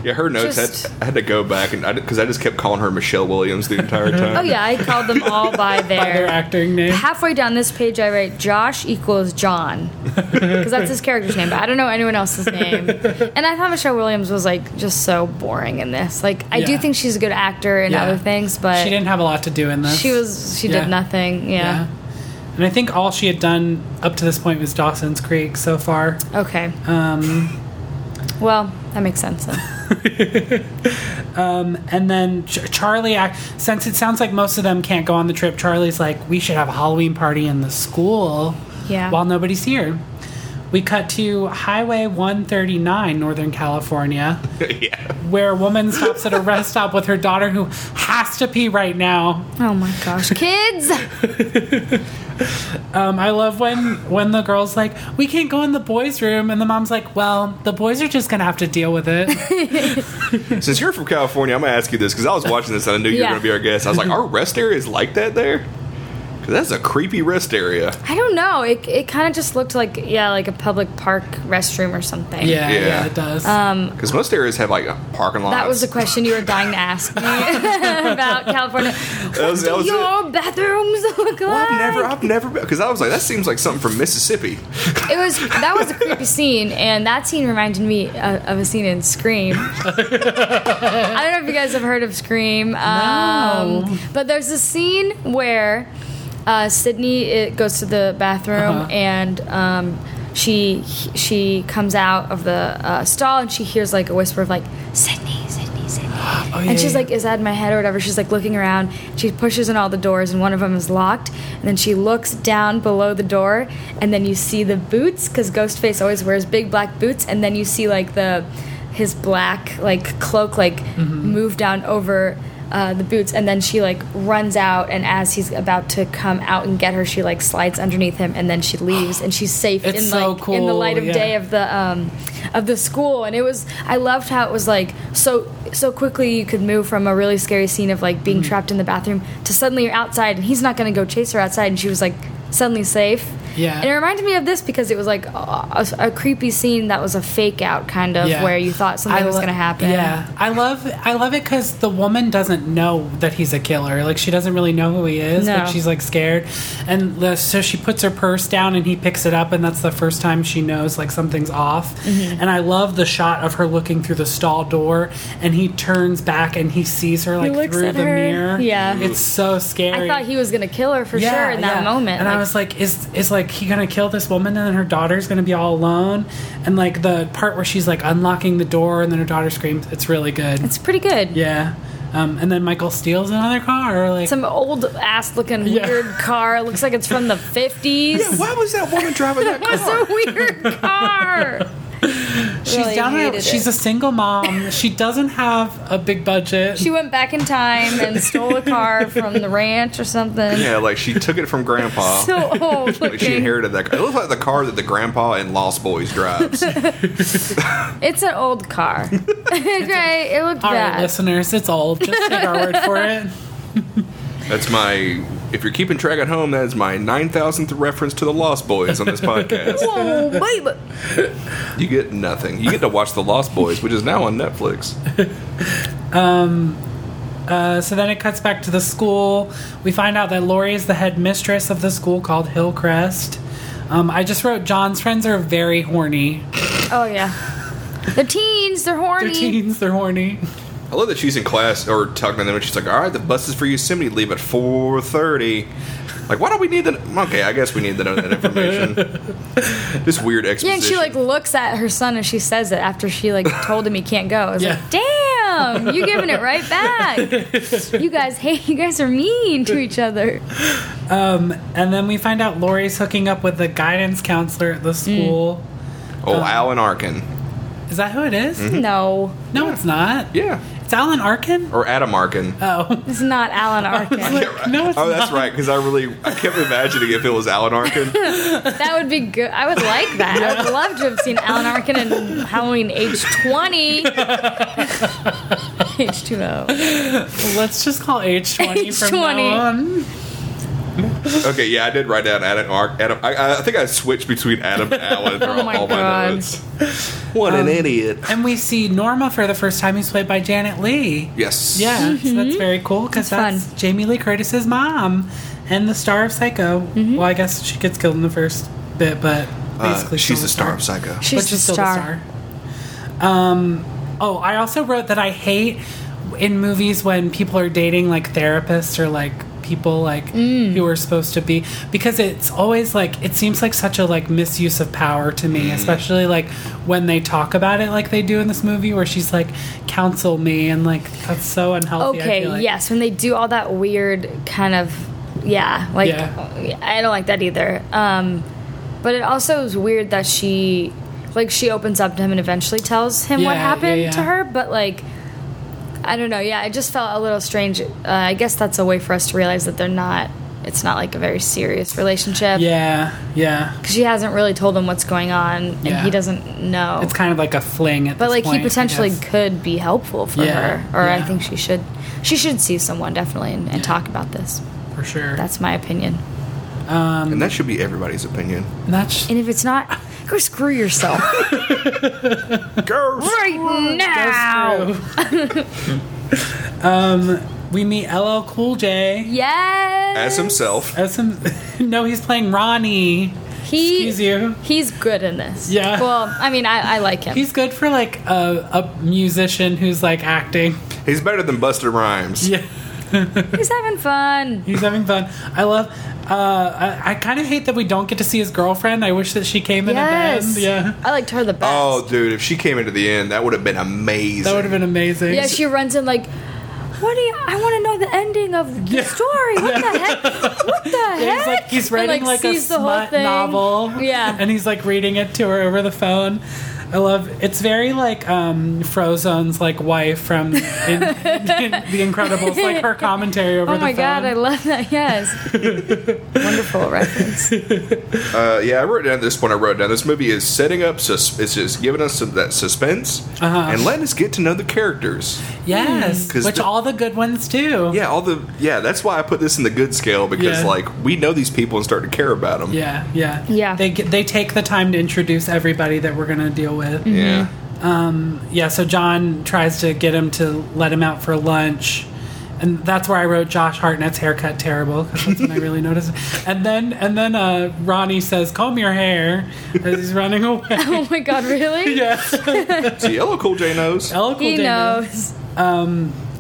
Yeah, her notes.
Just-
had, I had to go back and because I, just kept calling her Michelle Williams the entire time.
Oh yeah, I called them all by
Their
their.
acting name.
Halfway down this page, I write Josh equals John because that's his character's name, but I don't know anyone else's name. And I thought Michelle Williams was like just so boring in this. Like, I do
Yeah.
think she's a good actor in
Yeah.
other things, but
She didn't have a lot to do in this.
she was she
Yeah.
did nothing.
Yeah.
Yeah.
And I think all she had done up to this point was Dawson's Creek so far.
Okay. Um. Well, that makes sense. Then.
And then Ch- Charlie, act- since it sounds like most of them can't go on the trip, Charlie's like, we should have a Halloween party in the school
Yeah.
while nobody's here. We cut to Highway 139, Northern California,
yeah,
where a woman stops at a rest stop with her daughter who has to pee right now.
Oh my gosh, kids!
Um, I love when, when the girl's like, we can't go in the boys' room. And the mom's like, well, the boys are just going to have to deal with it.
since you're from California, I'm gonna ask you this because I was watching this and I knew you were
Yeah.
gonna be our guest. I was like, our rest area is like that there. Because that's a creepy rest area.
I don't know. It it kind of just looked like yeah, like a public park restroom or something.
yeah, yeah,
Yeah.
it does.
Um,
Because most areas have like parking lots.
That was a question you were dying to ask me about California.
That was, that was it.
Your bathrooms look
Well,
like
I've never, I've never been because I was like, that seems like something from Mississippi.
it was. That was a creepy scene, and that scene reminded me uh, of a scene in Scream. I don't know if you guys have heard of Scream, um, but there's a scene where uh, Sydney it goes to the bathroom
Uh-huh.
and. Um, she she comes out of the uh, stall and she hears like a whisper of like Sydney, Sydney, Sydney.
Oh, yeah,
And she's
yeah.
like, is that in my head or whatever? She's like looking around. She pushes in all the doors, and one of them is locked. And then she looks down below the door, and then you see the boots because Ghostface always wears big black boots. And then you see like the his black like cloak like
Mm-hmm.
move down over uh, the boots. And then she like runs out, and as he's about to come out and get her, she like slides underneath him, and then she leaves, and she's safe
It's
in
so
like in the
cool,
light of
yeah.
day of the um, of the school, and it was. I loved how it was like so so quickly you could move from a really scary scene of like being
Mm-hmm.
trapped in the bathroom to suddenly you're outside, and he's not going to go chase her outside, and she was like suddenly safe.
Yeah.
and it reminded me of this because it was like a, a, a creepy scene that was a fake out kind of
Yeah.
where you thought something
I
was
lo-
going to happen.
Yeah, I love I love it because the woman doesn't know that he's a killer. Like she doesn't really know who he is,
No.
but she's like scared, and the, so she puts her purse down and he picks it up, and that's the first time she knows like something's off.
Mm-hmm.
And I love the shot of her looking through the stall door, and he turns back and he sees her like
looks
through
at
the
her.
mirror.
Yeah.
it's so
I
scary.
thought he was going to kill her for
Yeah,
sure in that
yeah.
moment.
And I
like-
was like, is is like he gonna kill this woman and then her daughter's gonna be all alone? And like the part where she's like unlocking the door and then her daughter screams, it's really good.
it's pretty good.
yeah. Um, and then Michael steals another car. Like,
Some old ass looking
Yeah.
weird car. It looks like it's from the 50s.
Why was that woman driving that car?
It's a weird car.
she's down. on her- she's a single mom. she doesn't have a big budget.
she went back in time and stole a car from the ranch or something.
Yeah, like she took it from grandpa.
So old
Like, she
looking.
inherited that. Car. It looks like the car that the grandpa in Lost Boys drives.
It's an old car. okay, it looked
all right,
bad.
listeners, it's old. Just take our word for it.
That's my If you're keeping track at home, that is my 9,000th reference to the Lost Boys on this podcast.
Whoa, baby.
You get nothing. You get to watch The Lost Boys, which is now on Netflix.
Uh, so then it cuts back to the school. We find out that Lori is the head mistress of the school called Hillcrest. Um, I just wrote John's friends are very horny.
Oh yeah. They're teens. They're horny.
They're teens, they're horny.
I love that she's in class or talking to them, and she's like, "All right, the bus is for Yosemite. Leave at 4.30. Like, why do we need that? Okay, I guess we need to know that information. this weird exposition.
Yeah, and she like looks at her son as she says it after she like told him he can't go. I was
Yeah.
like, damn, you giving it right back. you guys, hey, you guys are mean to each other.
And then we find out Lori's hooking up with the guidance counselor at the school.
oh,
uh,
Alan Arkin.
Is that who it is?
No,
No, it's not.
Mm-hmm. Yeah,
It's Alan Arkin?
or Adam Arkin.
Oh.
it's not Alan Arkin.
No, it's
oh,
not.
that's right. Because I really, I kept imagining if it was Alan Arkin.
that would be good. I would like that. I would love to have seen Alan Arkin in Halloween age twenty. Age two O.
Let's just call age 20
Age
from
20.
now on.
Okay, yeah, I did write down Adam Ark. Adam, I, I think I switched between Adam and Alan throughout
Oh my
all my
God. Um,
notes. What an idiot!
And we see Norma for the first time. He's played by Janet Lee.
Yes.
Yeah, so that's very cool because that's
That's
Jamie Lee Curtis's mom and the star of Psycho. Well, I guess she gets killed in the first bit, but
Uh,
basically
she's
still
the star of Psycho.
She's
but
the
she's still
star.
the star. Um, oh, I also wrote that I hate in movies when people are dating like therapists or like people like
Mm.
who are supposed to be because it's always like it seems like such a like misuse of power to
Mm.
me especially like when they talk about it like they do in this movie where she's like counsel me and like that's so unhealthy I
Okay,
feel like.
yes, when they do all that weird kind of yeah, like
Yeah.
I don't like that either. Um but it also is weird that she like she opens up to him and eventually tells him what
Yeah, yeah,
happened to
yeah.
her, but like I don't know. Yeah, it just felt a little strange. Uh, I guess that's a way for us to realize that they're not it's not like a very serious relationship.
yeah yeah
Cuz she hasn't really told him what's going on and
Yeah.
he doesn't know.
it's kind of like a fling at
But
this
like
point,
he
I
potentially
guess.
could be helpful for
Yeah,
her, or I
yeah.
think she should she should see someone definitely and, and talk about this.
for sure
That's my opinion.
and that should be everybody's opinion.
And that's
And if it's not, go screw yourself
Girls.
right now.
we meet LL Cool J
Yes,
As himself.
As some, no, he's playing Ronnie.
He,
Excuse you.
He's good in this.
Yeah.
Well, I mean, I, I like him.
He's good for like a, a musician who's like acting.
He's better than Buster Rhymes.
Yeah,
he's having fun.
he's having fun. I love. Uh, I, I kind of hate that we don't get to see his girlfriend. I wish that she came in at the
Yes.
end. Yeah,
I liked her the best.
Oh, dude, if she came into the end, that would have been amazing.
that would have been amazing.
yeah. She runs in like. What do you? I want to know the ending of the
Yeah.
story. What the heck? What the heck?
He's like he's
And,
writing like, a
sees the whole
smut
thing.
novel.
Yeah.
and he's like reading it to her over the phone. I love. It's very like um Frozone's like wife from in, in The Incredibles, like her commentary over
Oh
the
my
phone.
god, I love that. Yes. Wonderful reference.
Uh, yeah, I wrote down at this point. I wrote down this movie is setting up. Sus- it's just giving us some, that suspense
Uh-huh.
and letting us get to know the characters.
Yes,
'Cause
which
the-
all the good ones do.
Yeah, all the yeah. That's why I put this in the good scale because
Yeah.
like we know these people and start to care about them.
yeah, yeah.
Yeah.
They get- they take the time to introduce everybody that we're gonna deal with.
Mm-hmm.
Yeah.
Yeah. So John tries to get him to let him out for lunch. And that's where I wrote Josh Hartnett's haircut terrible because that's when I really noticed. And then and then uh, Ronnie says, "Comb your hair," as he's running away.
Oh my god, really?
yes,
So Yellow Cool J knows.
Eloquent
He
Damon.
knows.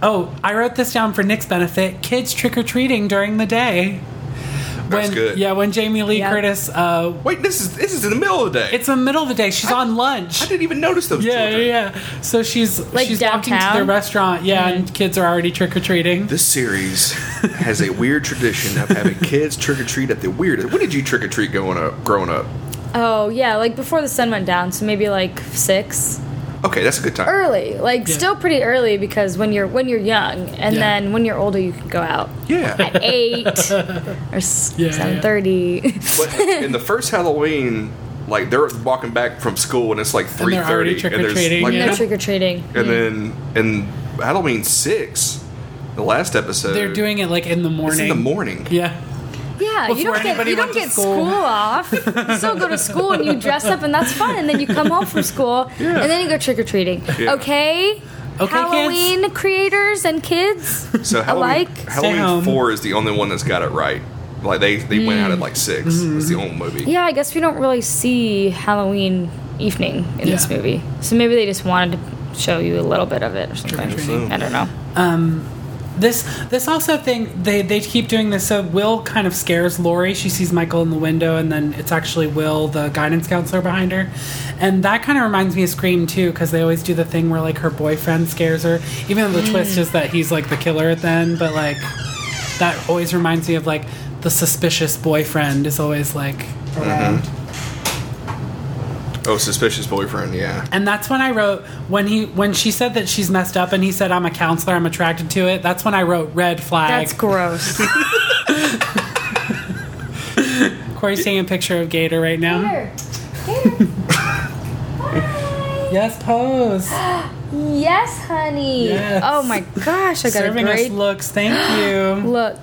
Oh, I wrote this down for Nick's benefit. Kids trick or treating during the day.
That's
when,
good.
Yeah, when Jamie Lee
Yeah.
Curtis uh,
Wait, this is this is in the middle of the day.
It's the middle of the day. She's on lunch.
I didn't even notice those.
yeah,
children.
yeah, yeah. So she's
Like
she's walking to the
downtown? Mm-hmm.
restaurant. Yeah, and kids are already trick or treating.
This series has a weird tradition of having kids trick or treat at the weirdest. When did you trick or treat going up? Growing up.
Oh yeah, like before the sun went down, so maybe like six.
Okay, that's a good time.
Early. Like
Yeah.
still pretty early because when you're when you're young and
Yeah.
then when you're older you can go out.
Yeah.
At eight or
Yeah.
seven thirty.
but in the first Halloween, like they're walking back from school and it's like three
they're already
thirty, and there's
trick-or-treating,
like,
yeah.
No trick or treating.
and then in Halloween six, the last episode,
They're doing it like in the morning.
it's in the morning.
Yeah,
Yeah, you
before
don't get
anybody
you don't
went to
get school.
school.
off. You still go to school and you dress up and that's fun, and then you come home from school and then you go trick or treating.
Yeah.
Okay.
kids.
Halloween creators and kids
So Halloween,
alike.
home.
Halloween four is the only one that's got it right. Like they they went out at like six. It's
Mm-hmm.
the only movie.
Mm. Yeah, I guess we don't really see Halloween evening in this
Yeah.
movie, so maybe they just wanted to show you a little bit of it or something.
treating.
I don't know.
This this also thing they they keep doing this. So Will kind of scares Lori. She sees Michael in the window, and then it's actually Will, the guidance counselor behind her, and that kind of reminds me of Scream too, because they always do the thing where like her boyfriend scares her, even
Mm.
though the twist is that he's like the killer at the end. But like that always reminds me of like the suspicious boyfriend is always like around.
Oh, suspicious boyfriend. Yeah.
And that's when I wrote when he when she said that she's messed up and he said I'm a counselor I'm attracted to it. That's when I wrote red flag.
That's gross.
Corey's taking a picture of Gator right now.
Gator.
Yes, pose.
yes, honey.
Yes.
Oh my gosh, I got
Serving
a great
us looks. Thank you.
look.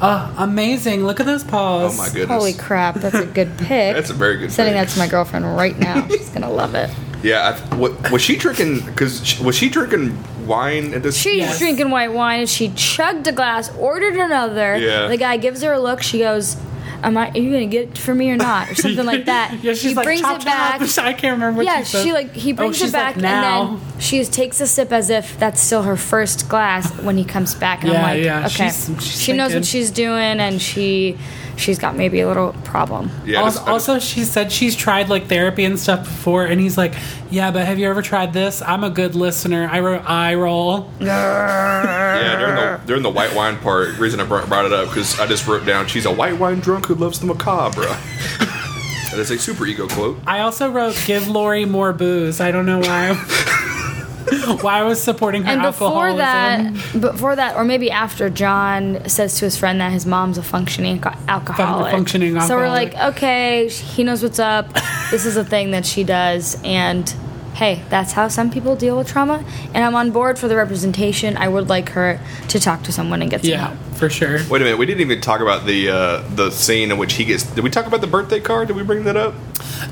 Oh, amazing. Look at those paws.
Oh my goodness.
Holy crap, that's a good pick.
That's a very good
Sending
pick.
that to my girlfriend right now. She's gonna love it.
Yeah. I, what, was she drinking? Because was she drinking wine at this?
She's
Yes.
drinking white wine and she chugged a glass, ordered another.
Yeah.
The guy gives her a look. She goes, "Am I? Are you gonna get it for me or not, or something like that?"
Yeah, she's
he
like
brings
chop,
it
chop.
back.
I can't remember. What
yeah,
she, said.
she like he
Oh,
brings
she's
it back
like, now.
and then she just takes a sip as if that's still her first glass when he comes back. And I'm
Yeah,
like,
yeah,
okay,
she's- she's
she knows what
thinking.
she's doing and she she's got maybe a little problem.
Yeah. I
also,
just- I just-
also, she said she's tried like therapy and stuff before, and he's like, "Yeah, but have you ever tried this? I'm a good listener. I wrote eye roll.
yeah. During the, during the white wine part, reason I brought brought it up because I just wrote down she's a white wine drunk who loves the macabre. that is a super ego quote.
I also wrote give Lori more booze. I don't know why. why I was supporting her
And before
alcoholism.
that, before that, or maybe after, John says to his friend that his mom's a functioning alco- alcoholic.
functioning
So we're
alcoholic.
like, okay, sh- he knows what's up. this is a thing that she does, and hey, that's how some people deal with trauma. And I'm on board for the representation. I would like her to talk to someone and get some
yeah,
help.
for sure.
Wait a minute. We didn't even talk about the uh, the scene in which he gets. Did we talk about the birthday card? Did we bring that up?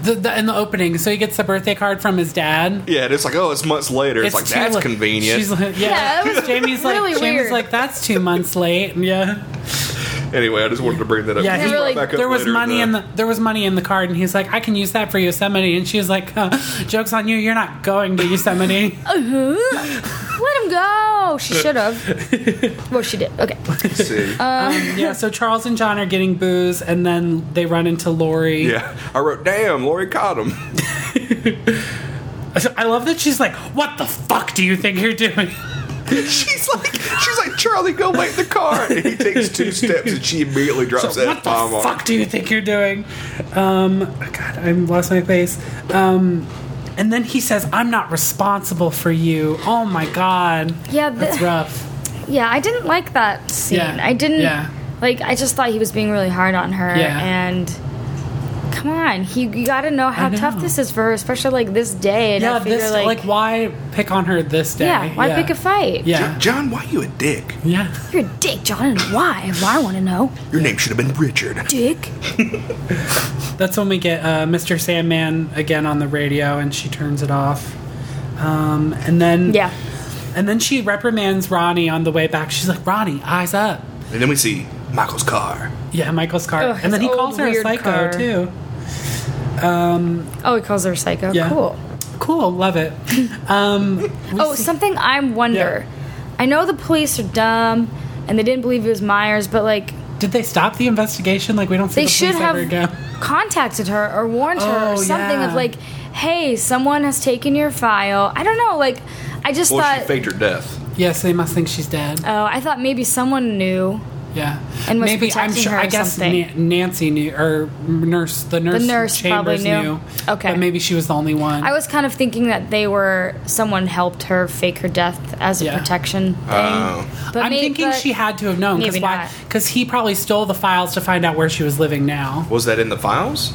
The, the, in the opening, so he gets the birthday card from his dad.
Yeah. And it's like oh, it's months later. It's, like
too
that's
li-
convenient.
She's like, yeah.
Yeah, that was
Jamie's like,
really
Jamie's
weird.
like, that's two months late. Yeah,
Anyway, I just wanted to bring that up.
Yeah,
Just
he-
brought
Really-
back up
there was
later
money in the there was money in the card, and he's like, I can use that for Yosemite. And she was like, huh, jokes on you, you're not going to Yosemite.
Uh-huh. Let him go. She should have. well, she did. Okay.
Let's see.
Uh, yeah, so Charles and John are getting booze, and then they run into Lori.
yeah, I wrote, "Damn, Lori caught him."
I love that she's like, what the fuck do you think you're doing?
she's like, she's like, Charlie, go wait in the car. And he takes two steps, and she immediately drops
So
that
what
bomb
the
on.
fuck do you think you're doing? Um, God, I lost my face. Um, and then he says, "I'm not responsible for you." Oh my God,
Yeah, the-
that's rough.
Yeah, I didn't like that scene.
Yeah.
I didn't
Yeah.
like. I just thought he was being really hard on her.
Yeah.
And come on, he you got to know how
I
tough
know.
this is for her, especially like this day. And I
Yeah,
figure,
this like, why pick on her this day?
yeah, why pick a fight?
Jo-
Yeah,
John, why you a dick?
yeah.
You're a dick, John. And why? Why I want to know,
Your name should have been Richard.
dick.
That's when we get uh, Mr. Sandman again on the radio, and she turns it off. Um, and then
Yeah.
and then she reprimands Ronnie on the way back. She's like, "Ronnie, eyes up."
And then we see Michael's car.
Yeah, Michael's car,
Ugh,
and then he
his
calls
old
her a
weird
psycho
car.
too.
Oh, he calls her psycho.
Yeah.
Cool.
Cool, love it.
Oh, something I wonder. I know the police are dumb, and they didn't believe it was Myers, but like
Did they stop the investigation? Like we don't see
they
the
should
police
have
ever again.
contacted her or warned her
Oh,
or something
yeah.
of like, hey, someone has taken your file. I don't know. Like, I just
Well, she
thought.
faked her death.
Yes, they must think she's dead.
oh, I thought maybe someone knew.
yeah,
and was
maybe I'm
protecting
sure.
her
I
or
guess
something.
Na- Nancy knew, or nurse, the nurse,
nurse probably
Chambers
knew.
knew.
Okay.
but maybe she was the only one.
I was kind of thinking that they were someone helped her fake her death as a
Yeah.
protection thing.
Oh.
but
I'm
may-
thinking
but-
she had to have known
Maybe
why?
not.
Because he probably stole the files to find out where she was living now.
Was that in the files?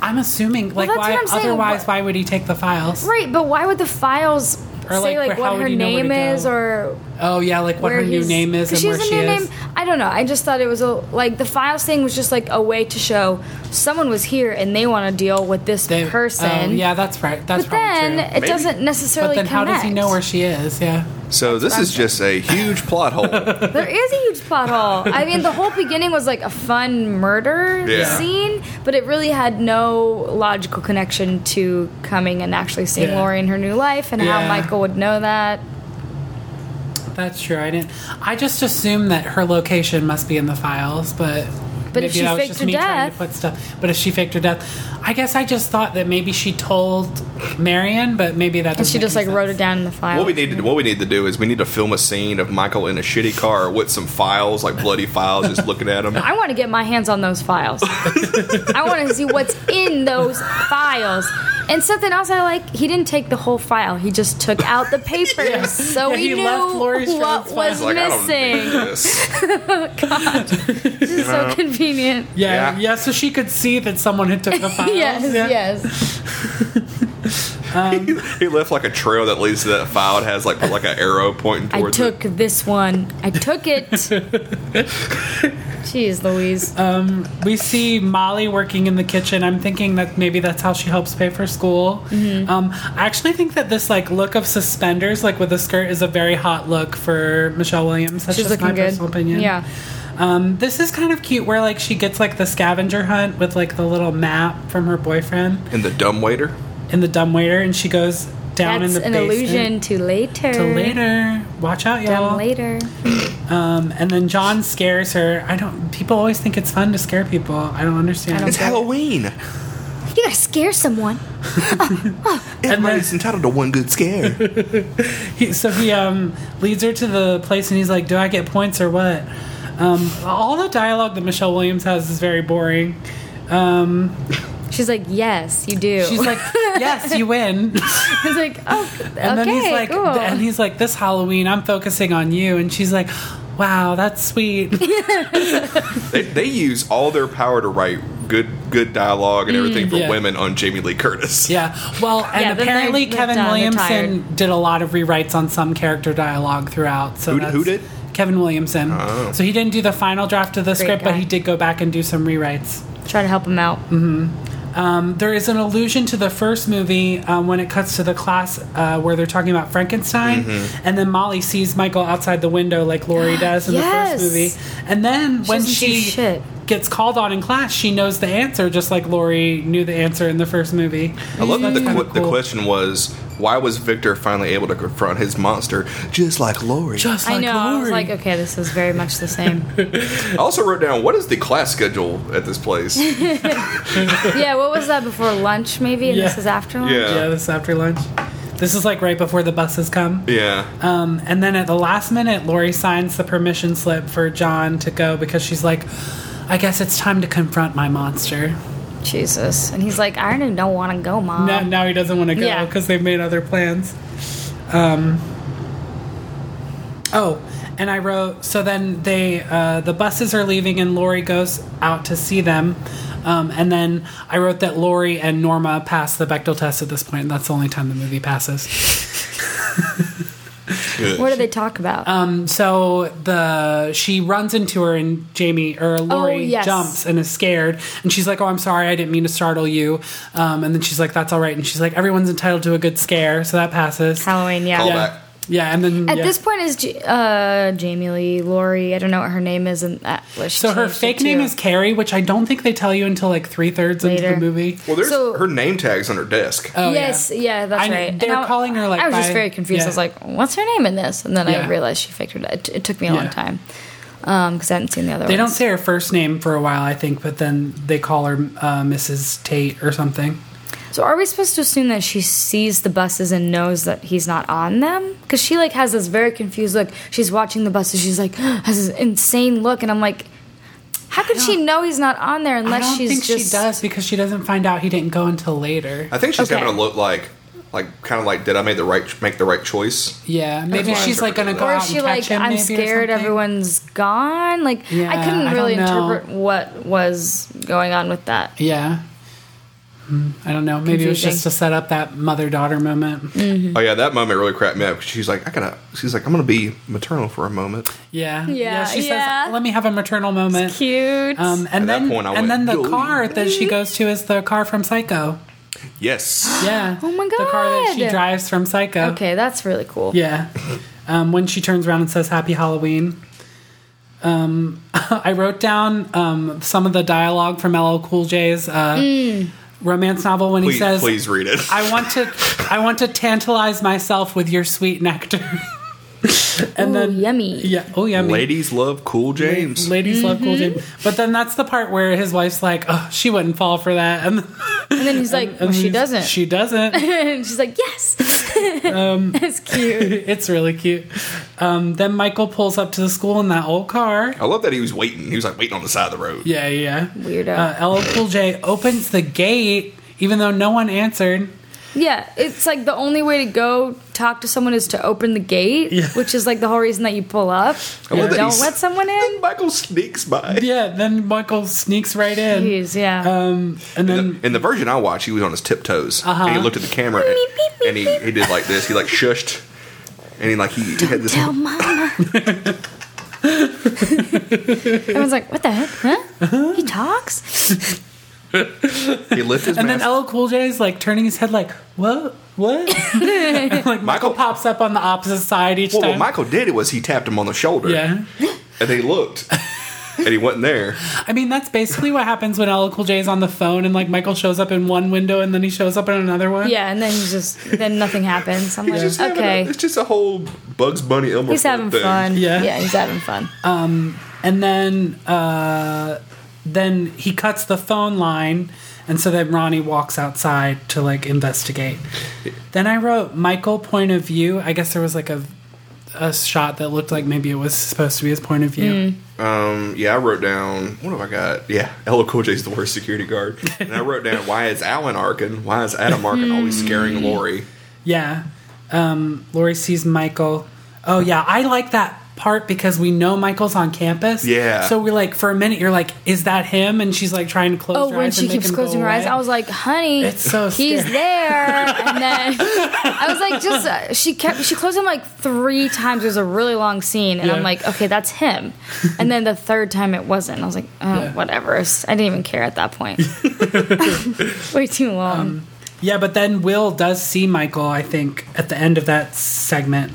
I'm assuming, like,
that's
why?
what I'm saying.
Otherwise,
What-
why would he take the files?
Right, but why would the files
Or
say like,
where- how
what
would
her
you know where
name
to go?
is or
Oh yeah, like what
where
her new
he's-
name is and
she
where
has a
she
new
is.
name. I don't know. I just thought it was a like the files thing was just like a way to show someone was here and they want to deal with this
They-
person.
Oh, yeah, that's right. That's
But
probably
then
true.
it
Maybe.
doesn't
But
necessarily.
then, how does he know
connect.
where she is? Yeah.
So this is just a huge plot hole.
There is a huge plot hole. I mean, the whole beginning was like a fun murder
Yeah.
scene, but it really had no logical connection to coming and actually seeing
Yeah.
Lori in her new life and
Yeah.
how Michael would know that.
That's true. I didn't. I just assumed that her location must be in the files, but
But if
maybe
she
that was
faked
just
her
me trying to
death-
put stuff. But if she faked her death, I guess I just thought that maybe she told Marion, but maybe that.
And she just like wrote it down in the file.
what we need to what we need to do is we need to film a scene of Michael in a shitty car with some files, like bloody files, just looking at him.
I want to get my hands on those files. I want to see what's in those files. And something else I like, he didn't take the whole file. He just took out the papers, so
Yeah,
we
he
knew
left Lori
what
Strode's
was
files.
Like I don't need
missing.
this.
This is so convenient.
Yeah,
Yeah.
yeah, So she could see that someone had took the files.
Yes,
yeah.
yes.
he left like a trail that leads to that file. It has like put like an arrow pointing
I
towards
took
it.
this one. I took it. Jeez, Louise.
Uh, We see Molly working in the kitchen. I'm thinking that maybe that's how she helps pay for school.
Mm-hmm.
Um, I actually think that this like look of suspenders, like with a skirt, is a very hot look for Michelle Williams. That's
She's
just
looking
my
good.
personal opinion.
Yeah.
Um, this is kind of cute, where like she gets like the scavenger hunt with like the little map from her boyfriend
And the dumb waiter.
and the dumbwaiter, and she goes down
That's
in the
an
basement
allusion to later.
to later. Watch out, y'all.
Down later.
Um, and then John scares her. I don't. People always think it's fun to scare people. I don't understand.
I
It's
Okay.
Halloween.
You gotta scare someone.
Everybody's entitled to one good scare.
He, so he um, leads her to the place and he's like, Do I get points or what? Um, all the dialogue that Michelle Williams has is very boring.
She's like, yes, you do.
She's like, Yes, you win.
I was like, oh,
And
okay,
then he's like,
cool.
And he's like, This Halloween, I'm focusing on you. And she's like, Wow, that's sweet.
they, they use all their power to write good good dialogue and everything for
Mm, yeah.
women on Jamie Lee Curtis.
Yeah. Well, and
Yeah, then they're
apparently
lived
Kevin
on, they're
Williamson
tired.
did a lot of rewrites on some character dialogue throughout. So
Who-
that's-
who did?
Kevin Williamson.
Oh.
So he didn't do the final draft of the script, but
guy.
he did go back and do some rewrites.
try to help him out.
There is an allusion to the first movie um, when it cuts to the class uh, where they're talking about Frankenstein,
Mm-hmm.
and then Molly sees Michael outside the window like Laurie does in
Yes!
the first movie. And then when
doesn't do
she
shit.
gets called on in class, she knows the answer just like Laurie knew the answer in the first movie.
I love that the,
That's kinda
qu- the
cool.
question was why was Victor finally able to confront his monster just like Lori?
Just like
I know. I was
Laurie.
like, okay, this is very much the same.
I also wrote down what is the class schedule at this place?
yeah, what was that before lunch, maybe? And this
Yeah.
is after lunch?
Yeah.
yeah, this is after lunch. This is like right before the buses come.
yeah.
Um, and then at the last minute, Lori signs the permission slip for John to go because she's like, I guess it's time to confront my monster.
Jesus. And he's like, I don't even want to go, Mom.
Now, now he doesn't want to go
Uh-huh. Yeah.
because they've made other plans. Um, oh, and I wrote so then they uh, the buses are leaving and Lori goes out to see them. Um, and then I wrote that Lori and Norma pass the Bechtel test at this point. and That's the only time the movie passes.
Good.
What do they talk about?
Um, so the she runs into her and Jamie or Lori
Oh, yes.
jumps and is scared and she's like, "Oh, I'm sorry, I didn't mean to startle you." Um, and then she's like, "That's all right." And she's like, "Everyone's entitled to a good scare," so that passes.
Halloween, yeah.
Call
Yeah.
back.
Yeah, and then
At
yeah.
this point, is J- uh, Jamie Lee, Lori, I don't know what her name is. And that, well, she
so her
changed it
fake name
too.
is Carrie, which I don't think they tell you until like three thirds into the
Later.
movie.
Well, there's
So-
her name tags on her desk.
Oh, yeah.
yes, yeah, that's
I kn-
right. And
they're
I-
calling her, like,
I was just
by-
very confused.
yeah.
I was like, "What's her name in this?" And then
Yeah.
I realized she faked her. It, it took me a long
Yeah.
time because I hadn't seen the other.
They don't
ones.
say her first name for a while, I think, but then they call her uh, Mrs. Tate or something.
So are we supposed to assume that she sees the buses and knows that he's not on them? Because she like has this very confused look. She's watching the buses. She's like has this insane look, and I'm like, how could she know he's not on there
I
unless
don't
she's
think
just
she does because she doesn't find out he didn't go until later.
I think she's
Okay.
having a look like, like kind of like, did I make the right make the right choice?
Yeah, maybe
Okay.
she's like gonna go
Or
out
is she
and catch
like,
him.
I'm
maybe, or
scared
something.
everyone's gone? Like,
Yeah,
I couldn't
I
really
don't know.
interpret what was going on with that.
Yeah. Hmm, I don't know. Maybe it was just
Confusing.
to set up that mother daughter moment.
Mm.
Oh yeah, that moment really cracked me up. 'cause She's like, I gotta. She's like, I'm gonna be maternal for a moment.
Yeah.
Yeah,
She
yeah.
says, "Let me have a maternal moment."
Cute.
Um,
At
and
that
then,
point, I
and
went,
then the
"Go."
car that she goes to is the car from Psycho.
Yes.
Yeah.
Oh my
The car that she
God.
drives from Psycho.
okay, that's really cool.
Yeah. Um, when she turns around and says "Happy Halloween," um, I wrote down um, some of the dialogue from LL Cool J's uh,
Mm.
romance novel when
please,
he says,
please read it.
I want to I want to tantalize myself with your sweet nectar. and
Ooh,
then
yummy.
Yeah, oh yeah.
Ladies love Cool James.
Ladies love cool
Mm-hmm.
James. But then that's the part where his wife's like, "Oh, she wouldn't fall for that." And,
And then he's like, well,
and
she
he's-
doesn't.
She Um, doesn't.
and she's like, yes. that's cute.
it's really cute. Um, then Michael pulls up to the school in that old car.
I love that he was waiting. He was like waiting on the side of the road.
Yeah, yeah.
Weirdo.
Uh, LL Cool J opens the gate even though no one answered.
Yeah, it's like the only way to go talk to someone is to open the gate,
Yeah.
which is like the whole reason that you pull up.
I love that
Don't
he's-
let someone in.
Michael sneaks by.
Yeah, then Michael sneaks right in.
Jeez, yeah.
Um, and then
In the version I watched, he was on his tiptoes.
Uh-huh.
And he looked at the camera and, and he, he did like this. He like shushed. And he like he had this
Tell mama. Everyone's like, what the heck?
Uh-huh.
Huh? He talks?
he lifted his
And then
mask.
LL Cool J is like turning his head, like what, what? And, like Michael
Michael-
pops up on the opposite side each
well, what
time.
Michael did it was he tapped him on the shoulder.
yeah,
And he looked. and he wasn't there.
I mean that's basically what happens when LL Cool J is on the phone, and like Michael shows up in one window, and then he shows up in another one.
Yeah, and then he's just, then nothing happens. I'm like,
He's just having
okay.
a- it's just a whole Bugs Bunny Elmer.
he's
Fudd
having
thing.
fun.
Yeah.
Yeah, he's having fun.
and then uh, then he cuts the phone line, and so then Ronnie walks outside to like investigate. Then I wrote Michael point of view. I guess there was like a a shot that looked like maybe it was supposed to be his point of view.
Um, yeah, I wrote down. What have I got? Yeah, LL Cool J is the worst security guard. And I wrote down why is Alan Arkin? Why is Adam Arkin always
Hmm.
scaring Lori?
Yeah. Um, Lori sees Michael. Oh, yeah. I like that part because we know Michael's on campus.
Yeah.
So we're like, for a minute, you're like, is that him? And she's like trying to close
Oh,
her
when
eyes
she
and make
keeps
him go
closing her eyes,
away.
I was like, "Honey,
It's so
he's
scary.
there." And then I was like, "Just uh, she kept she closed him like three times. It was a really long scene, and
Yeah.
I'm like, okay, that's him." And then the third time it wasn't. I was like, oh,
Yeah.
whatever. I didn't even care at that point. Way too long.
yeah, but then Will does see Michael, I think, at the end of that segment.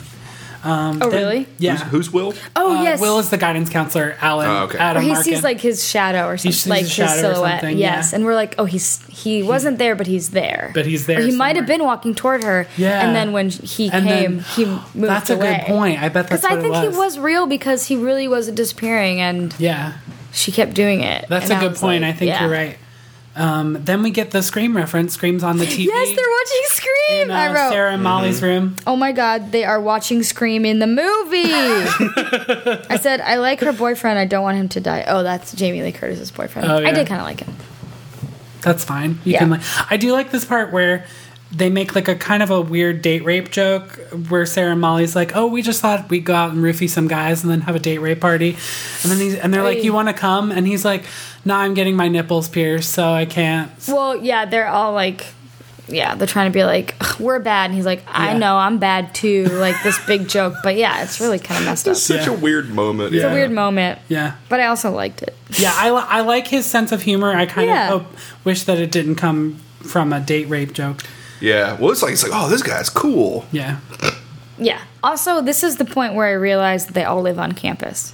oh,
Um, Then-
really?
Yeah.
Who's, who's Will?
Oh,
Uh,
yes.
Will is the guidance counselor, Alan.
Oh, okay.
or
Adam
he
Arkin.
sees like his shadow or
sees
something, like
his
his,
shadow or
silhouette.
something,
yes,
yeah.
and we're like, oh, he's he wasn't there, but he's there.
But he's there
Or he might have
somewhere.
been walking toward her.
Yeah.
And then when he
And
came,
then-
he moved
That's a
away.
good point. I bet that's
Because I
what it
think he
was.
was real because he really was disappearing, and
Yeah.
she kept doing it.
That's
And
a
I
good
was
point.
like,
I think
yeah.
you're right. Um, then we get the Scream reference. Scream's on the TV.
Yes, they're watching Scream.
in, uh,
I wrote,
Sarah and Molly's room.
oh my god, they are watching Scream in the movie. I said, I like her boyfriend. I don't want him to die. Oh, that's Jamie Lee Curtis's boyfriend.
Oh,
I
yeah.
did kind of like him.
That's fine. You
Yeah.
can like. I do like this part where they make like a kind of a weird date rape joke where Sarah and Molly's like, "Oh, we just thought we'd go out and roofie some guys and then have a date rape party," and then he's, and they're like,
Hey.
"You want to come?" And he's like, "No, I'm getting my nipples pierced, so I can't."
Well, yeah, they're all like, yeah, they're trying to be like, "Ugh, we're bad. And he's like, I
Yeah.
know, I'm bad too. Like this big joke. But yeah, it's really kind of messed up.
It's such
Yeah.
a weird moment.
Yeah.
It's a weird moment.
uh, Yeah,
But I also liked it.
yeah. I li- I like his sense of humor. I kind
Yeah.
of hope wish that it didn't come from a date rape joke.
Yeah. Well, it's like it's like oh, this guy's cool.
Yeah,
Yeah. Also, this is the point where I realized that they all live on campus.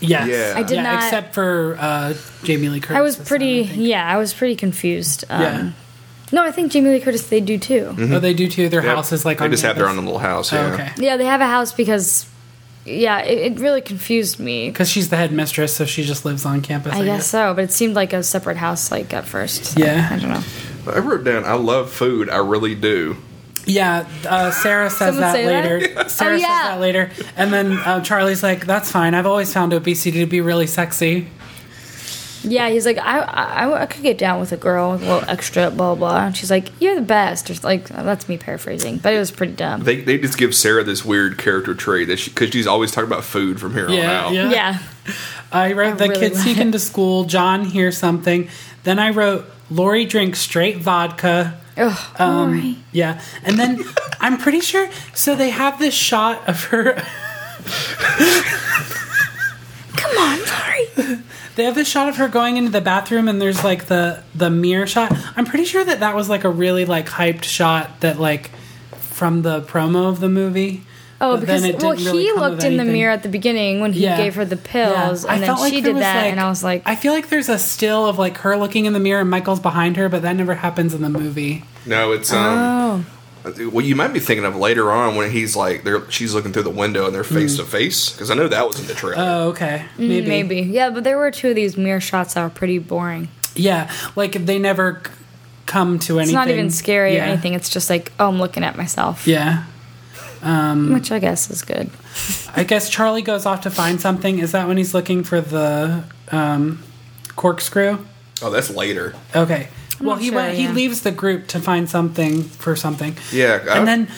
yes.
Yeah. I
did
yeah,
not-
Except for uh, Jamie Lee Curtis.
I was
this time,
pretty,
I think.
yeah, I was pretty confused. Um,
Yeah.
No, I think Jamie Lee Curtis, they do too.
Oh, they do too. Their house is like
Mm-hmm. they
on
just have their own
campus.
little house.
Oh,
Yeah.
okay.
Yeah, they have a house because, yeah, it, it really confused me.
Because she's the headmistress, so she just lives on campus.
I guess so, but it seemed like a separate house, like at first. So,
Yeah.
I don't know.
I wrote down. I love food. I really do.
Yeah, uh, Sarah says
Someone
that
say that? Oh,
later. Sarah
yeah.
says that later, and then uh, Charlie's like, "That's fine. I've always found obesity to be really sexy."
Yeah, he's like, I, I, I could get down with a girl with a little extra, blah, blah. And she's like, you're the best. Or, like, that's me paraphrasing, but it was pretty dumb.
They, they just give Sarah this weird character trait that she because she's always talking about food from here on
Yeah,
out.
yeah.
yeah.
I wrote the
really
kids
like
sneak
it.
into school. John hears something. Then I wrote Lori drinks straight vodka. Um,
Ugh,
Uh,
Lori.
Yeah, and then I'm pretty sure. So they have this shot of her.
Come on, Lori.
They have this shot of her going into the bathroom, and there's like the the mirror shot. I'm pretty sure that that was like a really like hyped shot that like from the promo of the movie.
Oh,
But then
because
it didn't
well,
really
he
come of
looked in the
anything.
mirror at the beginning when he
Yeah.
gave her the pills,
Yeah. I
and then
felt like
she
there
did
was,
that, and I was like,
I feel like there's a still of like her looking in the mirror and Michael's behind her, but that never happens in the movie.
No, it's um.
Oh.
Well, you might be thinking of later on when he's like, they're, she's looking through the window and they're face to face because I know that was in the trailer.
Mm. Oh, okay, maybe.
Mm, maybe, yeah. But there were two of these mirror shots that were pretty boring.
yeah. Like they never c- come to anything.
It's not even scary
Yeah.
or anything. It's just like, oh, I'm looking at myself,
Yeah,
which I guess is good.
I guess Charlie goes off to find something. Is that when he's looking for the um, corkscrew?
oh, that's later.
Okay. well,
not
he
sure,
went, he
yeah.
leaves the group to find something for something.
Yeah, I-
and then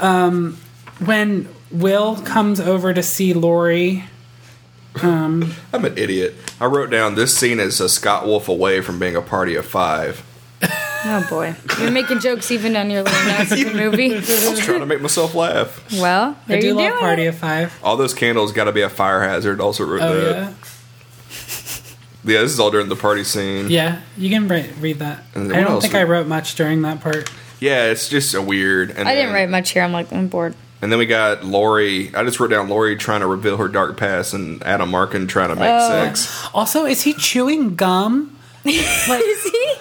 um, when Will comes over to see Lori,
I'm an idiot. I wrote down this scene is a Scott Wolf away from being a party of five.
Oh boy, you're making jokes even on your little notes of the
I was
movie.
trying to make myself laugh.
well, there
I do
you
love
do
Party
it.
of Five.
All those candles got to be a fire hazard. Also wrote
Oh
that.
yeah,
Yeah, this is all during the party scene.
yeah. You can write, read that.
And then
I
what
don't
else
think
we-
I wrote much during that part.
Yeah, it's just a weird. And
I didn't
then-
write much here. I'm like, I'm bored.
And then we got Lori. I just wrote down Lori trying to reveal her dark past and Adam Markin trying to make
Oh.
sex.
Also, is he chewing gum? Like,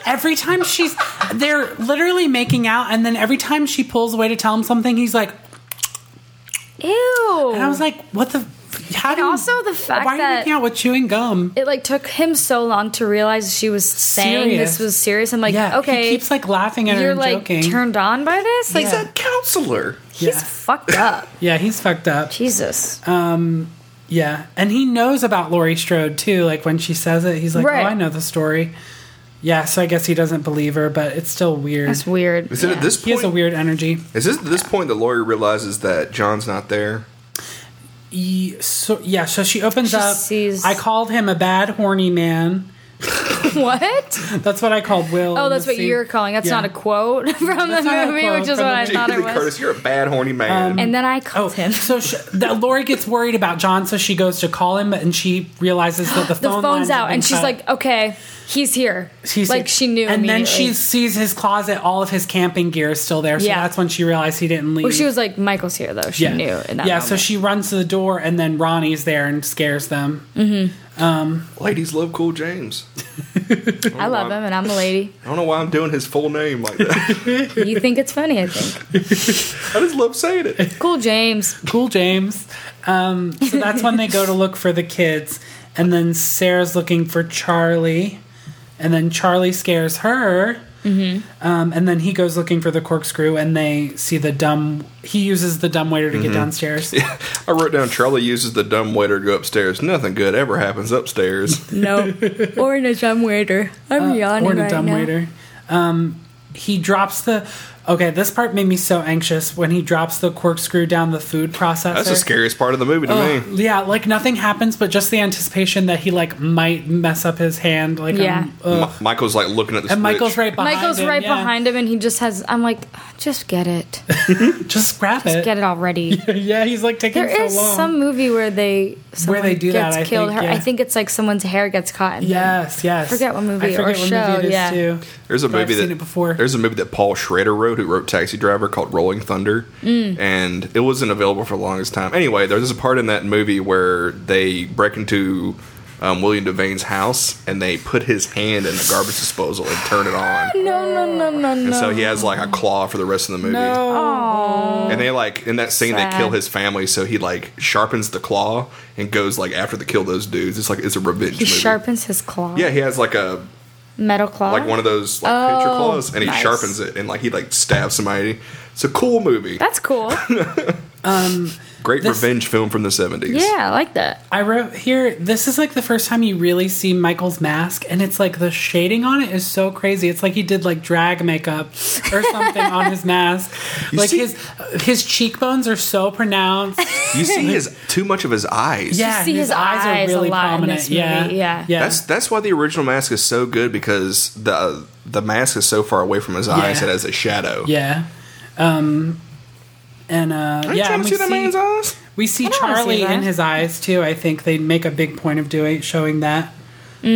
Every time she's, they're literally making out, and then every time she pulls away to tell him something, he's like,
Ew.
and I was like, what the? How do you-
also the fact
why are you
that-
making out with chewing gum?
it like took him so long to realize she was saying
Serious.
this was serious. I'm like,
Yeah,
okay,
he keeps like laughing at her
you're
and
like
joking.
turned on by this. Like
He's a counselor.
he's
Yeah. Um,
fucked up.
yeah, he's fucked up.
Jesus.
Yeah, and he knows about Laurie Strode too. Like when she says it, he's like,
Right.
"Oh, I know the story." Yeah, so I guess he doesn't believe her, but it's still weird.
That's weird.
Is it at this
he has
point?
a weird energy.
is this at this point that Lori realizes that John's not there?
Ye- so, yeah, so she opens
She
up.
sees-
I called him a bad horny man.
What?
That's what I called Will.
Oh,
in
that's
the
what
scene.
you're calling. That's
Yeah.
not a quote from
That's
the
not a
movie,
quote
which is
from
what
the
I thought it
Jesus,
was. Um,
Curtis, you're a bad horny man.
And then I
Oh,
called him.
so she, that Lori gets worried about John, so she goes to call him, and she realizes that the
The
phone lines
phone's
have
out,
been
and she's
cut.
like, "Okay, he's here."
She's
like she knew,
and then
immediately.
she sees his closet. All of his camping gear is still there, so
Yeah.
that's when she realized he didn't leave.
Well, she was like, "Michael's here," though. She knew in that.
yeah, so
moment.
she runs to the door, and then Ronnie's there and scares them.
Ladies love Cool James.
I love him, and I'm a lady.
I don't know why I'm doing his full name like that.
You think it's funny? I think.
I just love saying it.
Cool, James.
Cool, James. Um, so that's when they go to look for the kids, and then Sarah's looking for Charlie, and then Charlie scares her.
Mm-hmm.
Um, and then he goes looking for the corkscrew, and they see the dumb. He uses the dumb waiter to get downstairs.
I wrote down Charlie uses the dumb waiter to go upstairs. Nothing good ever happens upstairs.
No. or in a dumb waiter. I'm yawning
Uh, or in a
right
dumb
now.
waiter. Um, he drops the. Okay, this part made me so anxious when he drops the corkscrew down the food processor.
That's the scariest part of the movie to
Ugh,
me.
yeah, like nothing happens, but just the anticipation that he like might mess up his hand. Like,
Yeah.
um, ugh.
Mi- Michael's like looking at the
and Michael's
switch.
right behind.
Michael's
him,
right
yeah.
behind him, and he just has. I'm like, just get it.
Just grab it.
Get it already.
Yeah, he's like taking
There
so
is
long.
some movie where they someone
they do that,
gets
I
killed.
think,
Her-
yeah.
I think it's like someone's hair gets caught. And
Yes, yes.
forget what movie
I forget
or
what
show,
movie it is
yeah.
too.
There's a
But I've
movie that
seen it before.
There's a movie that Paul Schrader wrote, who wrote Taxi Driver, called Rolling Thunder,
Mm.
and it wasn't available for the longest time. Anyway, there's a part in that movie where they break into um, William Devane's house and they put his hand in the garbage disposal and turn it on,
No, no, no, no,
and
no.
so he has like a claw for the rest of the movie.
Oh.
Oh,
And they like in that scene they
Sad.
kill his family, so he like sharpens the claw and goes like after to kill those dudes. It's like it's a revenge
he
movie.
sharpens his claw.
yeah, he has like a
Metal claw.
like one of those like
Oh,
picture claws, and he
nice.
sharpens it, and like he like stabs somebody. It's a cool movie.
That's cool.
Great
This-
revenge film from the 70s.
Yeah, I like that.
I wrote here, this is like the first time you really see Michael's mask, and it's like the shading on it is so crazy. It's like he did like drag makeup or something on his mask.
You
like
see-
his his cheekbones are so pronounced.
You see his too much of his eyes.
Yeah,
see
and
his eyes a lot in this movie,
Yeah,
yeah.
yeah.
That's that's why the original mask is so good because the the mask is so far away from his eyes
Yeah.
it has a shadow.
yeah. Um, and uh,
Are you
yeah,
trying
and
to
we
see that man's eyes?
We see
don't wanna see
Charlie
that.
in his eyes too. I think they make a big point of doing showing that.
What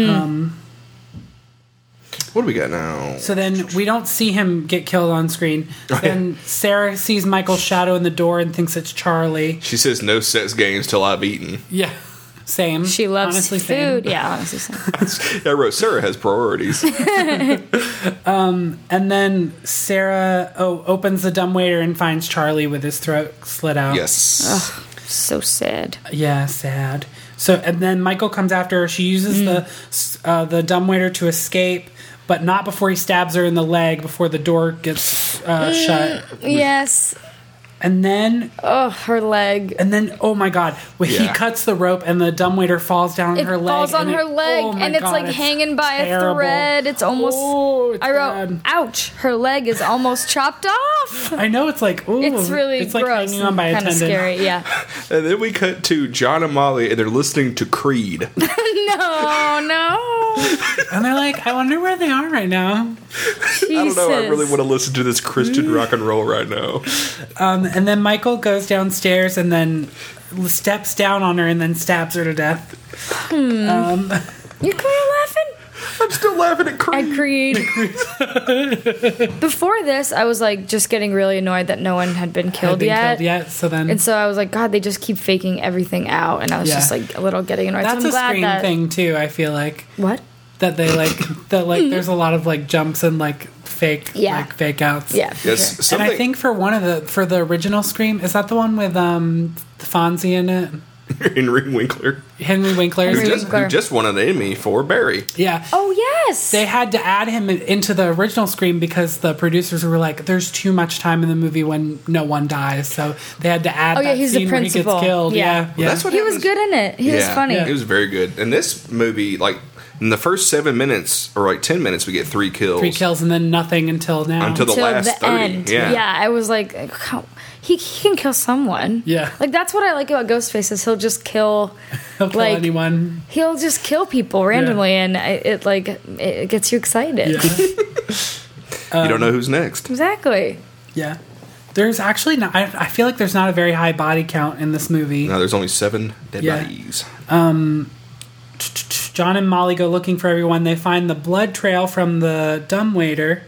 do we got now?
So then we don't see him get killed on screen. Then Sarah sees Michael's shadow in the door and thinks it's Charlie.
She says no sex games till I've eaten.
Yeah, same.
She loves
Honestly, same.
food. Yeah, honestly. Same.
I wrote Sarah has priorities.
And then Sarah oh, opens the dumbwaiter and finds Charlie with his throat slit out.
yes.
so sad.
Yeah, sad. So and then Michael comes after her. She uses
Mm.
the uh, the dumbwaiter to escape, but not before he stabs her in the leg before the door gets uh,
Mm.
shut.
Yes.
And then
Oh, her leg.
and then oh my god, when he
Yeah.
cuts the rope and the dumbwaiter falls down
It
her leg.
falls on
and
her
it-
leg,
oh my
and it's
God,
like hanging by
terrible.
a thread. It's almost.
Oh, it's
I wrote,
bad.
ouch! Her leg is almost chopped off.
I know it's like ooh,
It's really
it's like
gross.
hanging on by a
kind of
tendon.
scary. Yeah.
And then we cut to John and Molly and they're listening to Creed.
no, Oh, no.
And they're like, I wonder where they are right now.
I don't know, I really want to listen to this Christian
Mm.
rock and roll right now.
Um, and then Michael goes downstairs and then steps down on her and then stabs her to death.
You could laughing.
I'm still laughing at Creed.
I Creed. Before this, I was like just getting really annoyed that no one had been killed,
Been
yet.
killed yet. So then
And so I was like, God, they just keep faking everything out. And I was
Yeah.
just like a little getting annoyed.
that's
so
a
I'm glad
screen
that.
thing too. I feel like
What?
that they like that like there's a lot of like jumps and like fake
Yeah.
like fake outs.
Yeah. for
Yes,
sure.
And
something.
I think for one of the for the original Scream is that the one with um Fonzie in it,
Henry Winkler,
Henry Winkler.
who
Henry
just,
Winkler.
who just won an Emmy for Barry.
Yeah.
Oh, yes.
They had to add him in- into the original Scream because the producers were like, "There's too much time in the movie when no one dies," so they had to add.
Oh, yeah,
that
he's the
scene where he
principal.
gets killed.
Yeah.
Yeah, yeah.
That's what
he was
happens-
good in it. He was funny.
It was very good. And this movie, like in the first seven minutes or like ten minutes, we get three kills.
three kills and then nothing until now.
Until the-
Till
last 30, yeah.
I was like, "How- he, he can kill someone.
Yeah.
Like, that's what I like about Ghostface is he'll just kill,
He'll kill
like-
anyone.
he'll just kill people randomly. And I, it, like, it gets you excited.
Yeah.
you
um,
don't know who's next.
Exactly.
yeah. There's actually not. I, I feel like there's not a very high body count in this movie.
No, there's only seven dead
Yeah.
bodies.
John and Molly go looking for everyone. They find the blood trail from the dumbwaiter,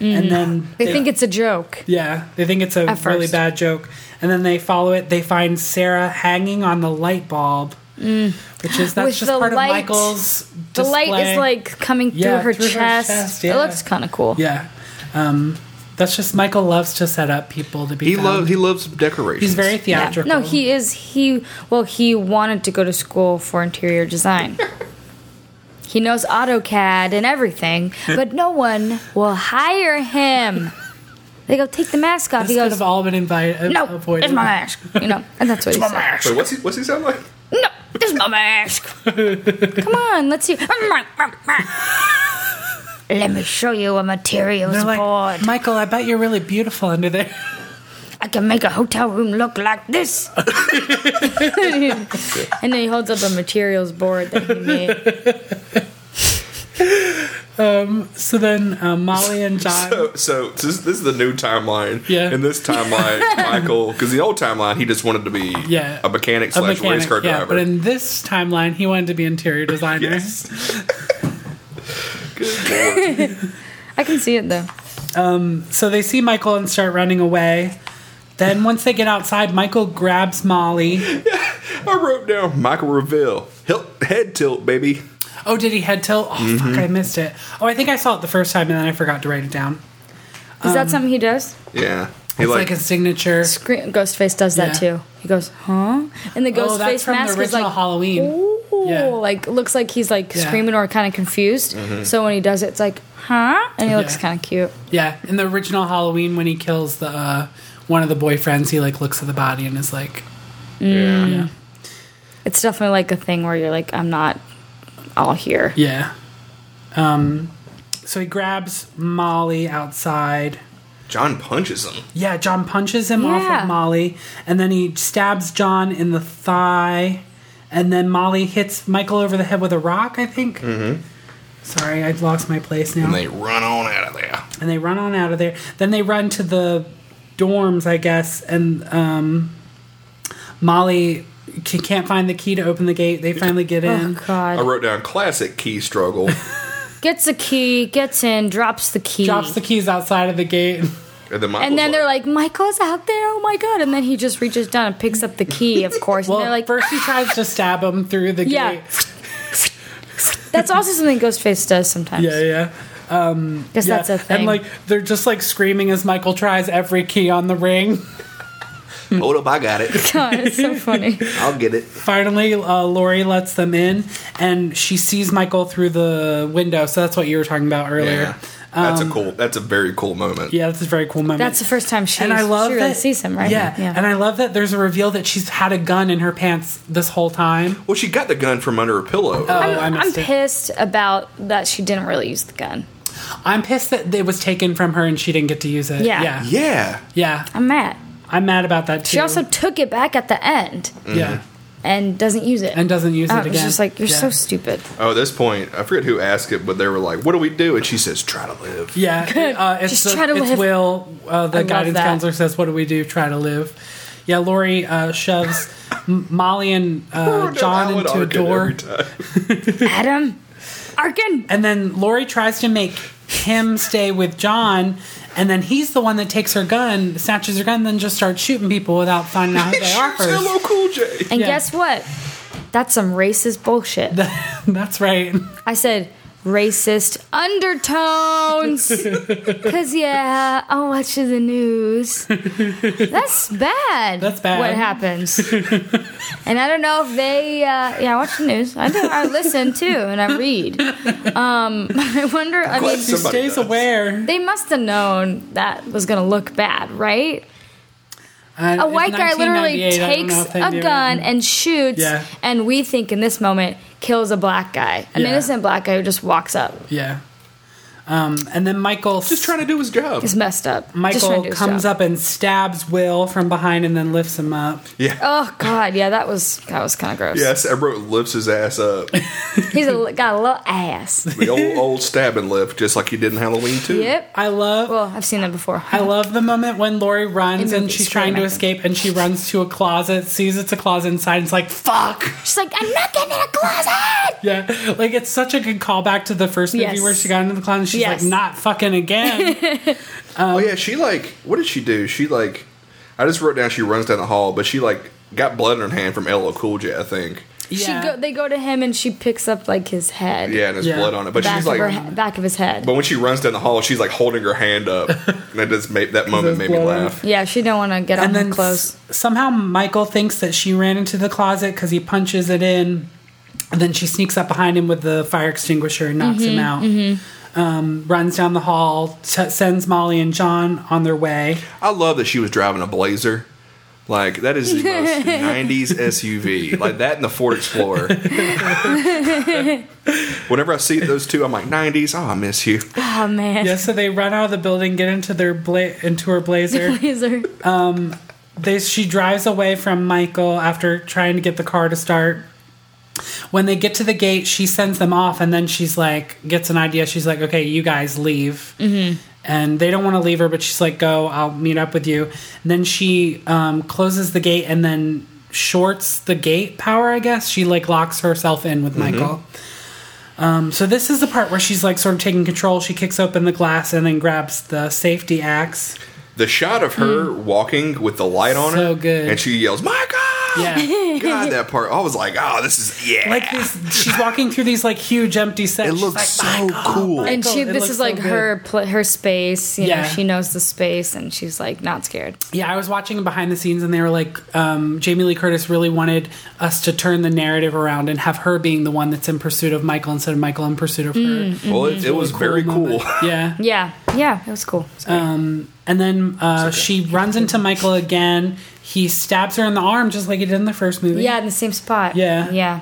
and then
Mm-hmm. They think it's a joke.
Yeah, they think it's a
At
really
first.
bad joke, and then they follow it. They find Sarah hanging on the light bulb, which is that's
Mm. With
just
the
part
light-
of Michael's.
The light
display.
is like coming through
Yeah,
her
through her
chest.
chest,
It
yeah.
looks kind of cool.
yeah. Um, that's just Michael loves to set up people to be.
He
found.
loves he loves decorations.
He's very
Yeah.
theatrical.
No, he is. He well, he wanted to go to school for interior design. he knows AutoCAD and everything, but no one will hire him. They go take the mask off.
This
He
could
goes,
have all been invited.
no,
avoided.
it's my mask. You know, and that's what he said.
Wait, what's he what's he sound like?
No, it's my mask. Come on, let's see. Let me show you a materials
They're like,
board.
Michael, I bet you're really beautiful under there.
I can make a hotel room look like this. and then he holds up a materials board that he made.
So then uh, Molly and John.
So, so this, this is the new timeline.
Yeah.
In this timeline, Michael, because the old timeline, he just wanted to be
Yeah.
a mechanic
a
slash race
mechanic,
car
yeah,
driver.
but in this timeline, he wanted to be interior designer.
yes. Good lord.
I can see it though.
So they see Michael and start running away. Then once they get outside, Michael grabs Molly.
I wrote down Michael Reville. Hilt, head tilt, baby.
Oh, did he head tilt? Oh,
Mm-hmm.
fuck, I missed it. Oh, I think I saw it the first time and then I forgot to write it down.
Is
Um,
that something he does?
Yeah. He
It's like, a signature.
Scre- Ghostface does that
Yeah.
too. He goes, huh? And the Ghostface
Oh, that's from
mask
the
is like,
original Halloween.
ooh,
Yeah.
like looks like he's like
Yeah. Mm-hmm.
screaming or kind of confused. So when he does it, it's like, huh? And he looks
Yeah.
kind of cute.
Yeah, in the original Halloween, when he kills the uh, one of the boyfriends, he like looks at the body and is like,
Yeah.
Yeah.
It's definitely like a thing where you're like, I'm not all here.
Yeah. Um, so he grabs Molly outside.
John punches him.
Yeah, John punches him off
Yeah.
of Molly, and then he stabs John in the thigh, and then Molly hits Michael over the head with a rock, I think. Mm-hmm. Sorry, I've lost my place now.
And they run on out of there.
and they run on out of there. Then they run to the dorms, I guess, and um, Molly c- can't find the key to open the gate. They finally get
Oh
in.
I
God!
wrote down classic key struggle.
Gets the key, gets in, drops the key,
Drops the keys outside of the gate.
And then, Michael's
and then they're like, Michael's out there. Oh my God! And then he just reaches down and picks up the key. Of course,
Well,
and they're like, "Ah,
first he tries to stab him through the
Yeah.
gate.
That's also something Ghostface does sometimes.
Yeah, yeah.
Because
Yeah,
that's a thing.
And like they're just like screaming as Michael tries every key on the ring.
hold up, I got it.
God, Oh, it's so funny.
I'll get it.
Finally, uh, Lori lets them in, and she sees Michael through the window. So that's what you were talking about
Yeah.
earlier. Um,
That's a cool, that's a very cool moment.
Yeah, that's a very cool moment.
That's the first time she
and I love
she really
that
sees him, right?
Yeah, and I love that there's a reveal that she's had a gun in her pants this whole time.
Well, she got the gun from under a pillow.
Oh, I
I'm, I'm
missed it.
pissed about that she didn't really use the gun.
I'm pissed that it was taken from her and she didn't get to use it.
Yeah.
yeah,
yeah.
yeah.
I'm mad.
I'm mad about that too.
She also took it back at the end
yeah,
and doesn't use Oh, it.
and doesn't use
I
it
was
again.
just like, you're
yeah.
so stupid.
Oh, at this point, I forget who asked it, but they were like, "What do we do?" And she says, "Try to live."
Yeah, uh, it's,
Just
the-
try to
it's
live.
Will. Uh, the
love
guidance
that.
counselor says, "What do we do? Try to live." Yeah, Lori uh, shoves M- Molly and
Oh,
uh,
no,
John
I would
into a
argue
door,
every time.
Adam, Arkin.
and then Lori tries to make him stay with John, and then he's the one that takes her gun, snatches her gun, then just starts shooting people without finding out who
It
they are
shoots Hello
first.
Cool J.
And
Yeah.
guess what? That's some racist bullshit.
That's right.
I said racist undertones. Cause yeah, I'll watch the news. That's bad.
That's bad.
What happens? and I don't know if they. Uh, yeah, I watch the news. I do, I listen too, and I read. Um, I wonder. I
Glad
mean,
She
somebody
stays
does.
aware.
they must have known that was gonna look bad, right?
Uh,
A
in
white guy
1998,
literally
I don't
takes
know if they
a
knew.
gun and shoots,
Yeah.
and we think in this moment kills a black guy, an
Yeah.
innocent black guy who just walks up.
Yeah, um, and then Michael
Just trying to do his job.
It's messed up. Just trying
Michael
to do his
comes
job.
up and stabs Will from behind and then lifts him up.
Oh God, yeah, that was that was kind of gross.
Yes, I wrote lifts his ass up.
he's a, got a little ass.
The old old stab and lift, just like he did in Halloween too.
yep.
I love
Well, I've seen that before.
I love the moment when Lori runs
In
and
movies,
she's
for
trying to
America.
escape and she runs to a closet, sees it's a closet inside, and it's like fuck.
She's like, I'm not getting in a closet.
Yeah. Like it's such a good callback to the first movie
Yes.
where she got into the closet and she's
Yes.
like, not fucking again.
Oh yeah, she like what did she do? She like I just wrote down she runs down the hall, but she like got blood in her hand from LL Cool J, I think.
yeah.
She go, they go to him and she picks up like his head.
Yeah, and there's
Yeah.
blood on it. But
Back
she's
of her
like
he- back of his head.
but when she runs down the hall, she's like holding her hand up. and that just made that moment
There's
made me
blood on
laugh.
yeah, she don't want to get on
and then
him close.
s- somehow Michael thinks that she ran into the closet because he punches it in. And then she sneaks up behind him with the fire extinguisher and knocks him out. Um, runs down the hall, t- sends Molly and John on their way.
I love that she was driving a blazer. Like that is the most '90s SUV, like that and the Ford Explorer. Whenever I see those two, I'm like '90s. Oh, I miss you.
Oh man.
Yeah, so they run out of the building, get into their bla- into her blazer.
Laser.
they, she drives away from Michael after trying to get the car to start. When they get to the gate, she sends them off, and then she's like, gets an idea. She's like, "Okay, you guys leave," mm-hmm. and they don't want to leave her, but she's like, "Go, I'll meet up with you." And then she um, closes the gate and then shorts the gate power. I guess she like locks herself in with Michael. Um, so this is the part where she's like sort of taking control. She kicks open the glass and then grabs the safety axe.
The shot of her walking with the light on her,
So good.
and she yells, "My God!"
Yeah.
God, that part. I was like, "Oh, this is yeah."
like these she's walking through these like huge empty sets
it
She's
looks
like,
so cool.
and
Michael,
she,
it
this
looks
is
so
like
good.
her pl- her space. You
Yeah.
know, she knows the space, and she's like not scared.
yeah i was watching behind the scenes and they were like um, jamie lee curtis really wanted us to turn the narrative around and have her being the one that's in pursuit of michael instead of michael in pursuit of her
Mm.
well, it, it was very cool.
yeah
Yeah, yeah, it was cool. It was great.
and then uh, she runs into michael again he stabs her in the arm just like he did in the first movie.
Yeah, in the same spot.
Yeah.
Yeah.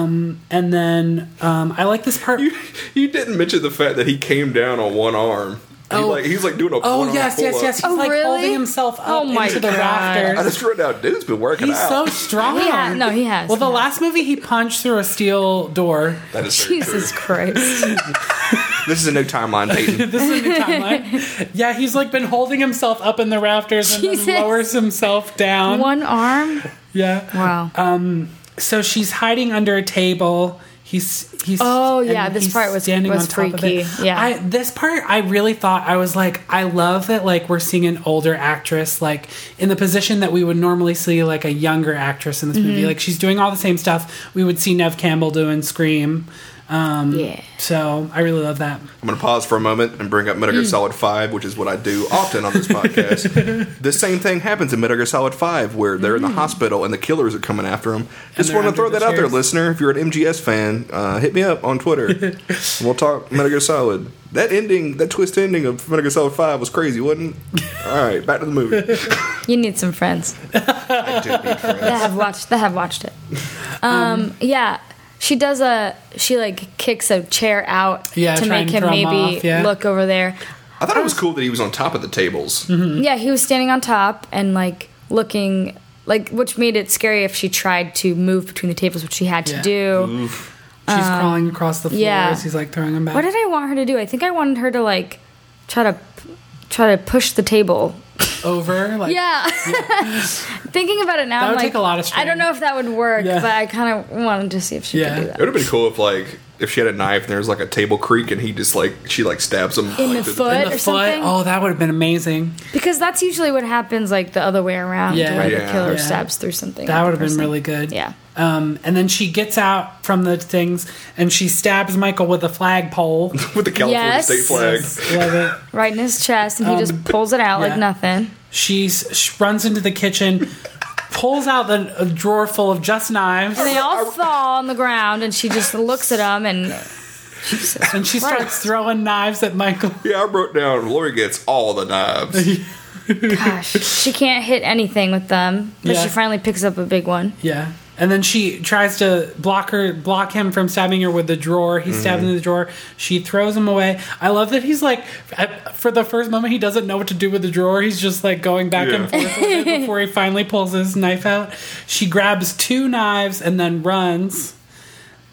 And then um, I like this part.
You, you didn't mention the fact that he came down on one arm. He
Oh.
like he's like doing a
oh
one-arm
yes, yes,
pull-up.
yes. He's
Oh,
like
really?
holding himself up
Oh my
into the
God.
I
rafters.
just read out. Dude's been working
He's
out.
so strong.
He ha- no, he has.
Well, the
He has.
last movie he punched through a steel door.
that is very true.
Jesus Christ.
This is a new timeline, Peyton.
This is a new timeline. yeah, he's like been holding himself up in the rafters and
Jesus.
then lowers himself down.
One arm?
Yeah.
Wow.
Um, so she's hiding under a table. He's he's
Oh, yeah,
and
this
he's
part was-
standing
was
on top of
freaky,
it.
yeah.
I, this part I really thought I was like I love that like we're seeing an older actress like in the position that we would normally see like a younger actress in this
Mm-hmm.
movie. Like she's doing all the same stuff we would see Nev Campbell do in Scream. Um,
Yeah.
So I really love that.
I'm going to pause for a moment and bring up Metal
Mm.
Gear Solid 5, which is what I do often on this podcast. the same thing happens in Metal Gear Solid 5, where they're in
Mm.
the hospital and the killers are coming after them. Just
they're
want to
under
throw
the
that out there,
chairs.
listener. If you're an MGS fan, uh, hit me up on Twitter. and we'll talk Metal Gear Solid. That ending, that twist ending of Metal Gear Solid 5 was crazy, wasn't it? All right, back to the movie.
you need some friends
I do need friends.
that have watched that have watched it. Um, yeah. She does a she like kicks a chair out
Yeah,
to
try and
make him
throw him
maybe
off, yeah.
look over there.
I thought it was cool that he was on top of the
Mm-hmm.
tables.
Yeah, he was standing on top and like looking like which made it scary if she tried to move between the tables, which she had to
Yeah.
do.
She's crawling across the floor
Um, yeah.
as he's like throwing him back.
What did I want her to do? I think I wanted her to like try to try to push the table.
over like
Yeah. Thinking about it now,
That
I'm
would
like,
take a lot of
I don't
strain.
know if that would work,
Yeah.
but I kind of wanted to see if she
Yeah.
could do
It
that.
would have been cool if like if she had a knife and there was like a table creak and he just like she like stabs him
In
like,
the
through
foot
in the
or
foot.
something.
Oh, that would have been amazing.
Because that's usually what happens, like the other way around,
Yeah.
where
Yeah.
the killer
Yeah.
stabs through something.
That
at the
would have been
person.
really good.
Yeah.
Um, and then she gets out from the things and she stabs Michael with a flagpole.
with the California
Yes.
state flag.
Yes, love it.
Right in his chest, and he just pulls it out
Um, yeah.
like nothing.
She s- sh- runs into the kitchen, pulls out the a drawer full of just knives,
And they all fall on the ground, and she just looks at them, and
and she starts throwing knives at Michael.
Yeah, I wrote down Lori gets all the knives.
gosh, she can't hit anything with them. But
Yeah.
she finally picks up a big one.
Yeah. And then she tries to block her, block him from stabbing her with the drawer. He's stabbing the drawer. She throws him away. I love that he's like, at- for the first moment, he doesn't know what to do with the drawer. He's just like going back
Yeah.
and forth with it before he finally pulls his knife out. She grabs two knives and then runs.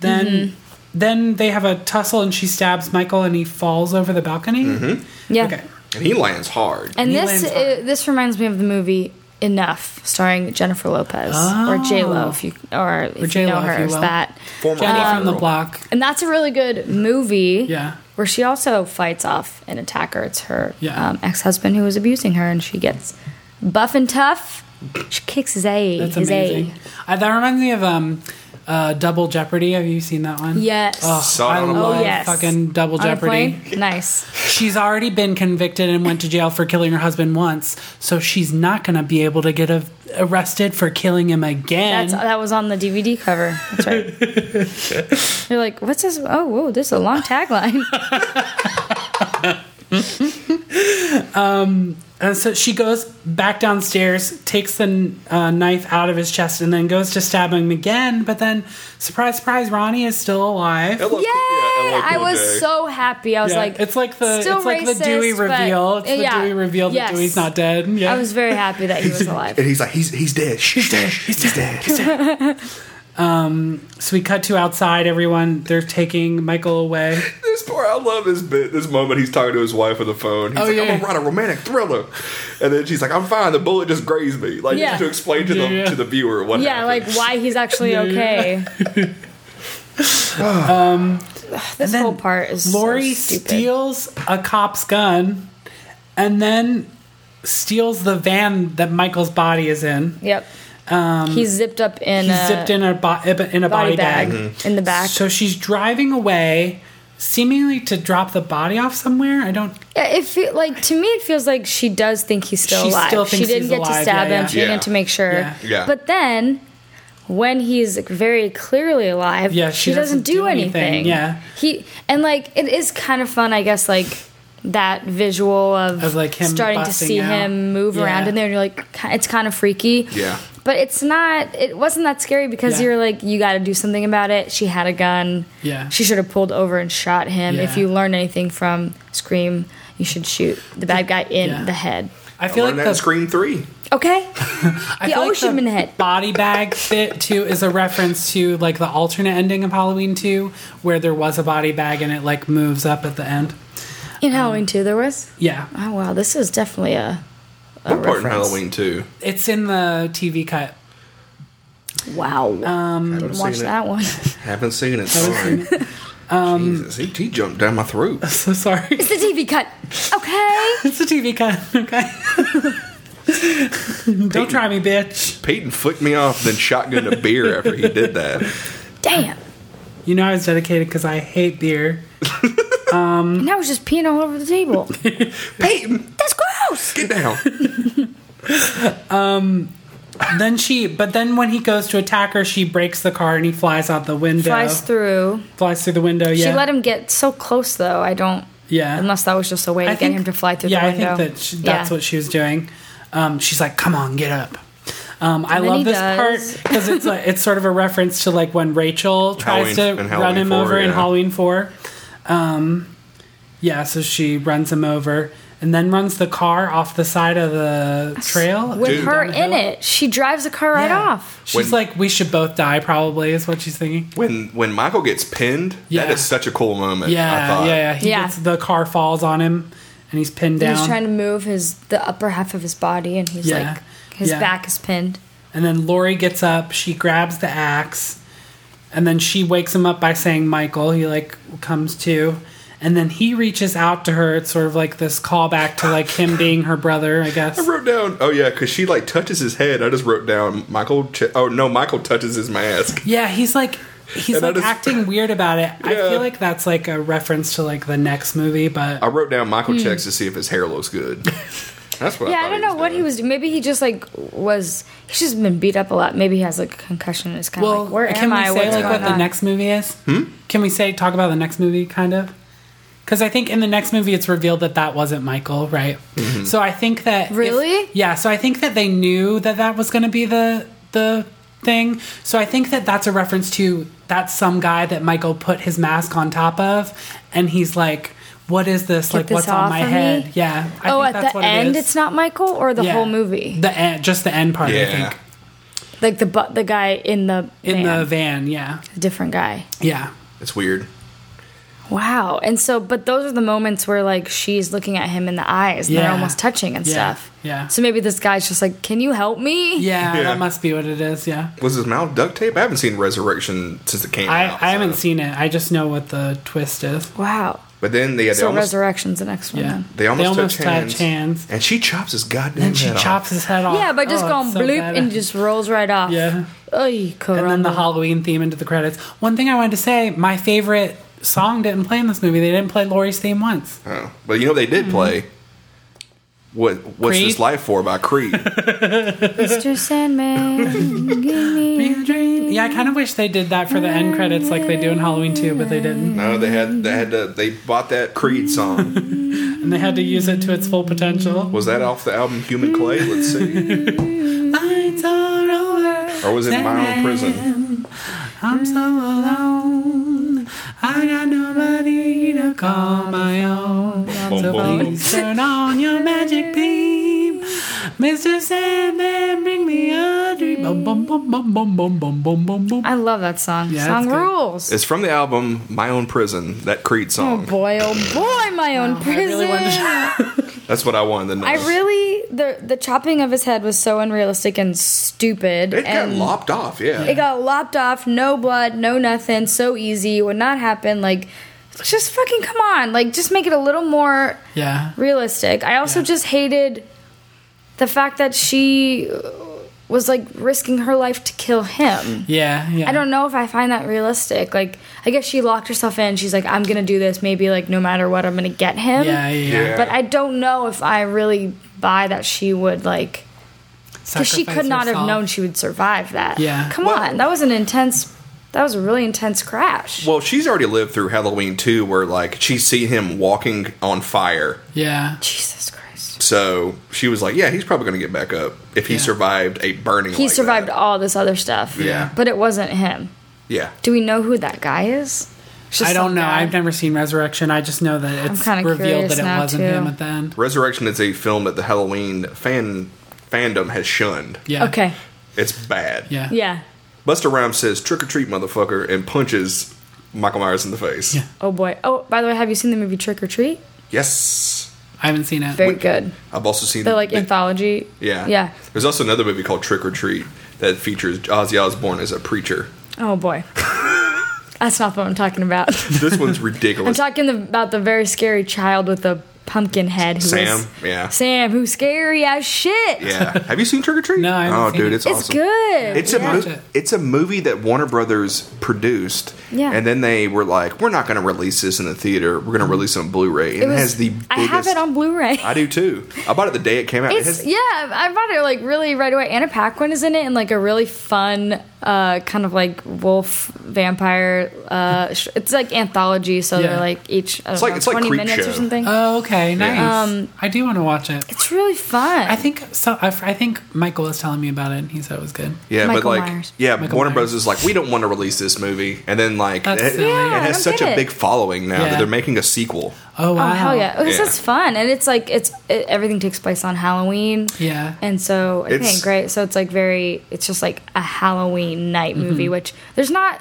Then,
Mm-hmm.
then they have a tussle, and she stabs Michael, and he falls over the balcony.
Yeah.
Okay.
And he lands hard.
And
He
this
lands
uh, this reminds me of the movie Enough, starring Jennifer Lopez or J Lo, if you or if you
Oh. J.Lo,
know
if
her
you
as
will.
that.
Former
Jenny
black
from the
girl.
block.
And that's a really good movie.
Yeah.
Where she also fights off an attacker. It's her
Yeah.
um, ex husband who was abusing her, and she gets buff and tough. She kicks his a.
That's
his
amazing. I, that reminds me of um, uh, Double Jeopardy. Have you seen that one?
Yes.
Oh,
Saw it
I
on a
love
plane.
yes.
fucking Double
On a
Jeopardy.
plane? Nice.
She's already been convicted and went to jail for killing her husband once, so she's not going to be able to get a, arrested for killing him again.
That's that was on the DVD cover. That's right. You're like, what's this? Oh, whoa, this is a long tagline.
and so she goes back downstairs, takes the uh, knife out of his chest, and then goes to stab him again. But then, surprise, surprise, Ronnie is still alive.
Hello,
Yay!
yeah, hello,
I
cool
was
day.
so happy. I was
Yeah,
like,
it's like the
still
it's like the Dewey
racist, but-
reveal. It's the
yeah.
Dewey reveal that
Yes.
Dewey's not dead. Yeah.
I was very happy that he was alive.
And he's like, he's he's dead. He's dead. He's dead.
so we cut to outside. Everyone they're taking Michael away.
This part, I love this bit. This moment, he's talking to his wife on the phone. He's
Oh,
like,
yeah.
"I'm gonna write a romantic thriller," and then she's like, "I'm fine. The bullet just grazed me." Like
Yeah.
to explain to
Yeah,
the
yeah.
to the viewer what.
Yeah,
happened.
like why he's actually okay. this
Um, then
whole part is
Lori
so stupid.
steals a cop's gun and then steals the van that Michael's body is in.
Yep. he's zipped up in
He's
a
um, zipped in a bo- in a
body
body,
bag
Mm-hmm.
in the back.
So she's driving away, seemingly to drop the body off somewhere. I don't.
Yeah, it feel, like to me, it feels like she does think he's still
She
alive.
still thinks
she
he's
didn't get
alive,
to stab
yeah,
him.
yeah.
She
Yeah.
didn't get to make sure.
Yeah.
Yeah.
But then, when he's like, very clearly alive,
Yeah,
she, doesn't, do anything.
yeah.
He and like it is kind of fun, I guess. Like that visual of,
Of, like, him
starting to
busting
see
out.
him move
Yeah.
around in there and you're like ki- it's kind of freaky
Yeah.
but it's not it wasn't that scary because
Yeah.
you're like you got to do something about it she had a gun
Yeah.
she should have pulled over and shot him if
Yeah.
you learn anything from scream you should shoot the bad guy in
Yeah.
the head
I
I feel
learned that
like
in
the
Scream Three.
okay
I
He
feel
always shoot him in the head.
Body bag bit too is a reference to like the alternate ending of Halloween two, where there was a body bag and it like moves up at the end.
in halloween 2 there was
Yeah,
oh wow this is definitely a, a
What part in
reference.
Halloween Two?
it's in the TV cut.
wow
Um,
Haven't
Mm, watch
seen
that one
it. Haven't seen it. Sorry. Jesus, he, he jumped down my throat.
So sorry,
it's the tv cut okay
it's the TV cut. Okay, don't try me, bitch.
Peyton flicked me off, then shotgunned a beer after he did that.
damn
You know I was dedicated because I hate beer.
and i was just peeing all over the table
Peyton,
that's gross
get down.
Then she, but then when he goes to attack her, she breaks the car and he flies out the window.
flies through
Flies through the window. Yeah,
She let him get so close, though. I don't.
Yeah.
Unless that was just a way to get him to fly through
yeah,
the window.
I think that she, that's what she was doing. Um, she's like, "Come on, get up." Um, I
And then
love
he
this
does.
part because it's like, it's sort of a reference to like when Rachel tries
Halloween- in
to
Halloween
run him
4,
over in
yeah.
Halloween Four. Um, yeah, so she runs him over and then runs the car off the side of the trail
With
Dude.
her
down the
in
hill.
it, she drives the car right
Yeah.
off.
When-
She's like, "We should both die," probably is what she's thinking.
When when Michael gets pinned,
Yeah.
that is such a cool moment. I
Yeah,
thought.
yeah, yeah. He
Yeah.
Gets, the car falls on him and he's pinned down.
He's trying to move his the upper half of his body, and he's
Yeah.
like his
Yeah.
back is pinned.
And then Lori gets up, she grabs the axe, and then she wakes him up by saying Michael. He like comes to. And then he reaches out to her. It's sort of like this callback to like him being her brother, I guess.
I wrote down. Oh yeah, because she like touches his head. I just wrote down Michael. Ch- oh no, Michael touches his mask.
Yeah, he's like he's
And I
like
just-
acting weird about it. I
Yeah.
feel like that's like a reference to like the next movie, but
I wrote down Michael checks to see if his hair looks good. That's what.
Yeah,
I,
I
thought
don't know what he
doing.
was. doing. Maybe he just like was. He's just been beat up a lot. Maybe he has like a concussion. And it's kind of
well,
like where
can
am I?
we say
What's
like what
going
the
on?
next movie is? Hmm? Can we say talk about the next movie kind of? Because I think in the next movie it's revealed that that wasn't Michael, right? So I think that if-
Really?
yeah. So I think that they knew that that was going to be the the thing. So I think that that's a reference to that's some guy that Michael put his mask on top of, and he's like, "What is this? like,
this
what's on
off
my
of me?"
head?" Yeah. I
oh,
think
at the end, it's not Michael or the
Yeah.
whole movie.
The end, just the end part. I
Yeah.
think
Like the bu- the guy in the
in
van,
the van. Yeah.
the different guy.
Yeah.
It's weird.
Wow. And so, but those are the moments where like she's looking at him in the eyes and they're
Yeah.
almost touching and
Yeah.
stuff.
Yeah.
So maybe this guy's just like, can you help me?
Yeah,
Yeah.
that must be what it is. Yeah.
Was his mouth duct tape? I haven't seen Resurrection since it came
I,
out.
I haven't
so-
seen it. I just know what the twist is.
Wow.
But then they, they
So
almost
resurrection's the next one.
Yeah.
Then.
they almost, touch, hands,
hands.
and she chops his goddamn.
And she
head off.
chops his head off.
Yeah, by just
Oh,
going
it's so
bloop
bad.
and just rolls right off.
Yeah.
Oy,
And then the Halloween theme into the credits. One thing I wanted to say, my favorite song didn't play in this movie. They didn't play Laurie's theme once.
Oh, but you know they did play. What what's
Creed?
this life for by Creed?
Mr. Sandman, give me a drink.
Yeah, I kind of wish they did that for the end credits like they do in Halloween 2, but they didn't.
no, they had they had to, they bought that Creed song.
And they had to use it to its full potential.
Was that off the album Human Clay? Let's see,
Lights are over.
or was it My Own Prison?
I'm so alone. I got nobody to call my own. So please turn on your magic beam. Mr. Sandman, bring me a dream. Bum, bum, bum, bum, bum, bum, bum, bum, bum, bum.
I love that song.
Yeah,
song
it's good.
rules.
It's from the album My Own Prison. That Creed
Oh
song.
boy, oh boy, my own
I
prison.
really wanted to-
That's what I wanted to know.
I really the the chopping of his head was so unrealistic and stupid.
it got
and
lopped off. Yeah,
It got lopped off, no blood, no nothing, so easy, would not happen. Like, just fucking come on. Like, just make it a little more
Yeah.
realistic. I also
Yeah.
just hated the fact that she uh, was like risking her life to kill him.
Yeah. Yeah.
I don't know if I find that realistic. Like, I guess she locked herself in. She's like, I'm gonna do this, maybe, like, no matter what, I'm gonna get him.
Yeah. Yeah. yeah.
Yeah.
But I don't know if I really buy that she would, like, because she
Sacrifice
could not have
herself.
known she would survive that.
Yeah.
Come
Well-
on, that was an intense that was a really intense crash.
Well, she's already lived through Halloween too, where like she's seen him walking on fire.
Yeah.
Jesus Christ.
So she was like, "Yeah, he's probably going to get back up if he
Yeah.
survived a burning."
He
like
survived
that."
all this other stuff.
Yeah.
But it wasn't him.
Yeah,
Do we know who that guy is? It's just
I don't
some
know.
guy.
I've never seen Resurrection. I just know that it's
kinda
revealed
curious
that it
now,
wasn't
too.
him at the end.
Resurrection is a film that the Halloween fan fandom has shunned.
Yeah.
Okay.
It's bad.
Yeah.
Yeah.
Buster Rhymes says "trick or treat, motherfucker" and punches Michael Myers in the face.
Yeah.
Oh boy. Oh, by the way, have you seen the movie Trick or Treat?
Yes,
I haven't seen it.
Very good.
I've also seen.
They're like
the-
anthology.
yeah,
Yeah.
There's also another movie called Trick or Treat that features Ozzy Osbourne as a preacher.
Oh boy. That's not what I'm talking about.
This one's
I'm
ridiculous.
talking the, about the very scary child with the pumpkin head. Who
Sam,
is-
yeah.
Sam, who's scary as shit.
yeah, have you seen Trick or Treat?
No, I haven't
oh,
seen
dude,
it.
it's
It's
awesome.
good.
It's
Yeah.
a
Watch
mo-
it.
it's a movie that Warner Brothers produced,
Yeah. Mm-hmm.
and then they were like, "We're not going to release this in the theater. We're going to release it on Blu-ray." And it,
was-
has the biggest.
I have it on Blu-ray.
I do too. I bought it the day it came out. It
It's
has-
yeah, I bought it like really right away. Anna Paquin is in it in like a really fun uh, kind of like wolf vampire. Uh, sh- it's like anthology, so
Yeah.
they're like each I don't
It's like-
know,
it's like
twenty
Creep
minutes
Show.
or something.
Oh, okay. Nice. I do want to watch it.
Um, it's really fun.
I think so. I, I think Michael was telling me about it, and he said it was good.
Yeah,
Michael
but like,
Myers.
yeah,
Michael
Warner
Myers.
Bros is like, we don't want to release this movie, and then like,
That's
it,
silly. Yeah,
it
I
has
don't
such
get
a
it.
big following now that
Yeah.
they're making a sequel.
Oh
Oh
wow!
hell yeah! This
Yeah.
is fun, and it's like it's it, everything takes place on Halloween.
Yeah.
and so I
It's-
think great. So it's like very, it's just like a Halloween night
Mm-hmm.
movie, which there's not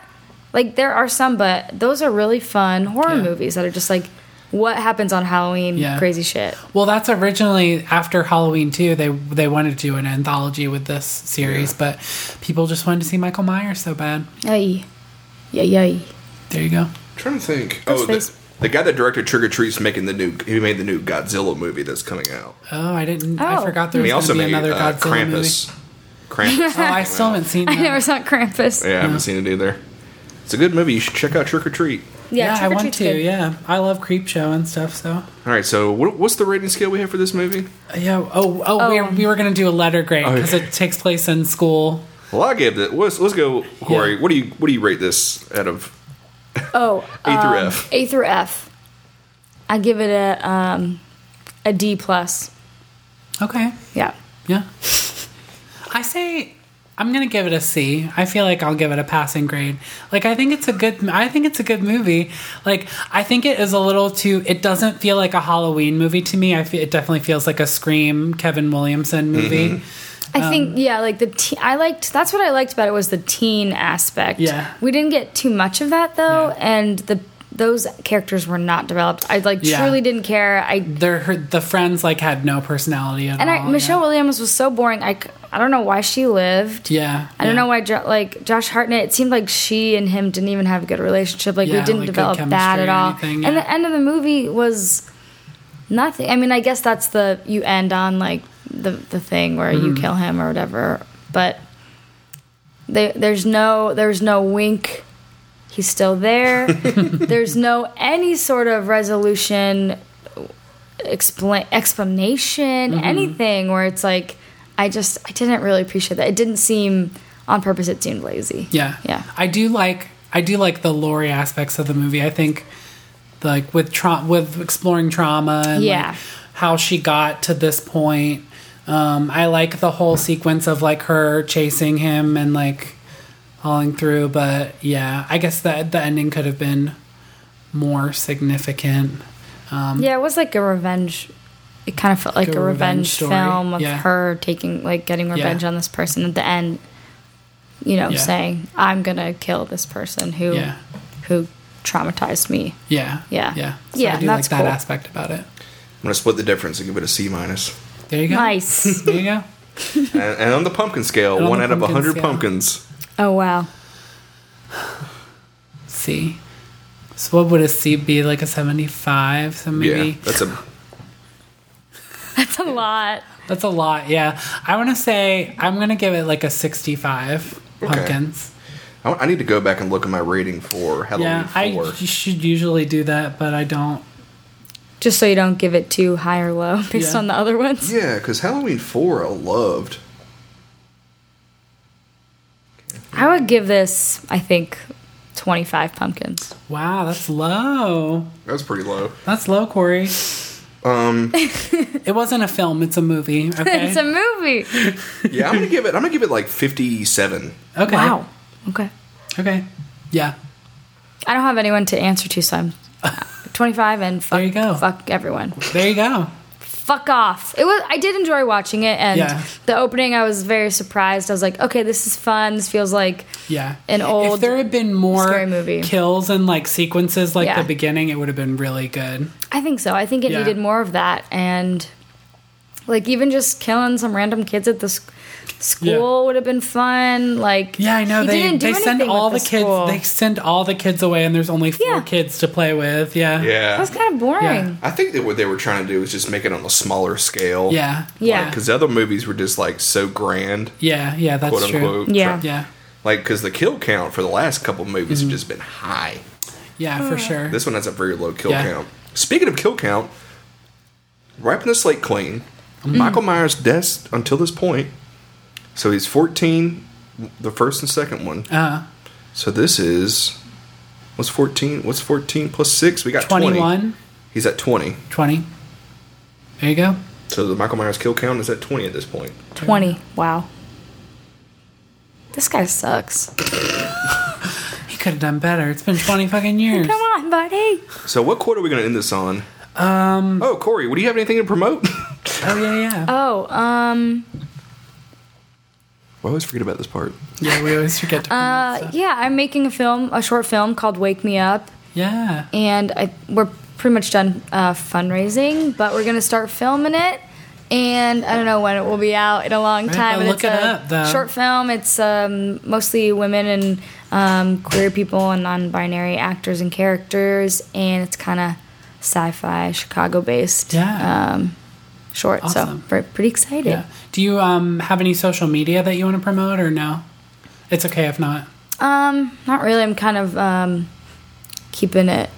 like there are some, but those are really fun horror
Yeah.
movies that are just like what happens on Halloween,
Yeah.
crazy shit.
Well, that's originally after Halloween too. They they wanted to do an anthology with this series, but people just wanted to see Michael Myers so bad.
Yay, yay, yay!
There you go.
I'm trying to think.
Ghostface.
oh, the, the guy that directed Trick or Treat's making the new. He made the new Godzilla movie that's coming out.
Oh, I didn't. I
Oh.
forgot there
he
was going
also
to be
made
another
uh,
Godzilla movie.
Krampus. Krampus.
Oh, I still haven't seen.
I
That.
never saw Krampus.
yeah, I haven't seen it either. It's a good movie. You should check out Trick or Treat.
Yeah, I
Trick or
want
Treat's
to.
good.
Yeah, I love Creep Show and stuff. So
All right, so what, what's the rating scale we have for this movie?
yeah. Oh, oh, We,
Oh.
we were going to do a letter grade
Oh,
because
yeah.
it takes place in school.
Well, I give it. Let's, let's go, Corey.
Yeah.
What do you what do you rate this out of
Oh,
A
um,
through F?
A through F. I give it a um, a D plus.
Okay.
Yeah.
Yeah. I say I'm gonna give it a C. I feel like I'll give it a passing grade. Like I think it's a good. I think it's a good movie. Like I think it is a little too. It doesn't feel like a Halloween movie to me. I feel it definitely feels like a Scream Kevin Williamson movie.
I
Um,
think yeah, like the te- I liked that's what I liked about it was the teen aspect.
Yeah.
we didn't get too much of that though,
Yeah.
and the those characters were not developed. I like
Yeah.
truly didn't care. I
They're her, the friends like had no personality at
and
all.
I, Michelle Williams was so boring. I c- I don't know why she lived.
Yeah. yeah
I don't
yeah.
know why, Jo- like Josh Hartnett. It seemed like she and him didn't even have a good relationship. Like
Yeah,
we didn't
like, good
develop that
chemistry
at
or
all.
anything,
And
yeah.
the end of the movie was nothing. I mean, I guess that's the you end on like the the thing where you
Mm-hmm.
kill him or whatever. But they, there's no there's no wink. He's still there. there's no any sort of resolution, explain explanation,
Mm-hmm.
anything where it's like I just I didn't really appreciate that. It didn't seem on purpose. It seemed lazy.
Yeah.
yeah.
I do like I do like the lore aspects of the movie. I think like with tra- with exploring trauma and
Yeah.
like, how she got to this point. Um, I like the whole sequence of like her chasing him and like hauling through, but yeah, I guess that the ending could have been more significant.
Yeah, it was like a revenge. It kind of felt like,
a
a
revenge
revenge,
story.
film of
Yeah.
her taking, like, getting revenge on this person at the end. You know,
Yeah.
saying, "I'm gonna kill this person who,
Yeah.
who traumatized me."
Yeah.
Yeah.
Yeah.
Yeah,
I do
that's
like that
cool.
aspect about it.
I'm gonna split the difference and give it a C minus.
There you go.
Nice.
There you go.
and, and on the pumpkin scale,
And on
one
the
out of
pumpkin
hundred
scale.
pumpkins.
oh wow.
C. So what would a C be? Like a seventy-five? So maybe
Yeah, that's a
That's a lot.
That's a lot, yeah. I want to say I'm going to give it like a 65
Okay.
pumpkins.
I, I need to go back and look at my rating for Halloween
Yeah, I
4.
y- should usually do that, but I don't.
Just so you don't give it too high or low based
Yeah.
on the other ones.
yeah, because Halloween 4 I loved.
I would give this, I think, 25 pumpkins.
Wow, that's low.
That's pretty low.
That's low, Corey. Um, it wasn't a film; it's a movie. Okay.
it's a movie.
Yeah, I'm gonna give it. I'm gonna give it like 57.
okay.
Wow. Okay.
Okay. Yeah.
I don't have anyone to answer to, so I'm 25 and fuck,
There you go.
fuck everyone.
There you go.
Fuck off. It was. I did enjoy watching it, and
Yeah.
the opening, I was very surprised. I was like, okay, this is fun. This feels like
Yeah.
An
If
old
there had been more
scary movie.
kills and like sequences like
Yeah.
the beginning, it would have been really good.
I think so. I think it
Yeah.
needed more of that, and like even just killing some random kids at the s- school would have been fun. Like
Yeah, I know
he
they
didn't do
they send
anything with
all the, kids
school.
they send all the kids away and there's only four
Yeah.
kids to play with. Yeah.
Yeah,
That's kind of boring.
I think that what they were trying to do was just make it on a smaller scale.
Yeah.
Yeah,
because the other movies were just like so grand,
Yeah, yeah, that's
quote
true.
unquote.
Yeah.
Yeah. Mm-hmm.
Like because the kill count for the last couple movies have just been high.
Yeah, for
Uh.
sure.
This one has a very low kill
Yeah.
count. Speaking of kill count, wiping the slate clean.
Mm-hmm.
Michael Myers' deaths until this point. So he's 14, the first and second one.
Uh
So this is what's 14? What's 14 plus 6? We got 20.
21,
He's at 20.
20. There you go.
So the Michael Myers kill count is at 20 at this point.
twenty. Wow, this guy sucks.
He could have done better. It's been 20 fucking years.
Come on, buddy.
So what quote are we going to end this on? Um. Oh, Corey, would you have anything to promote? I
Oh yeah, yeah.
Oh, um,
always forget about this part.
yeah, we always forget to promote
uh,
stuff.
yeah, I'm making a film, a short film called Wake Me Up.
Yeah.
and I, we're pretty much done uh, fundraising, but we're gonna start filming it. And I don't know when it will be out in a long
Right,
time.
but
and
look
it's
it
a
up, though.
short film. It's um, mostly women and um, queer people and non-binary actors and characters, and it's kind of sci-fi, Chicago-based
Yeah.
um, short.
Awesome.
So we're pretty excited.
Yeah. Do you um have any social media that you want to promote or no? It's okay if not.
Um, not really. I'm kind of um, keeping it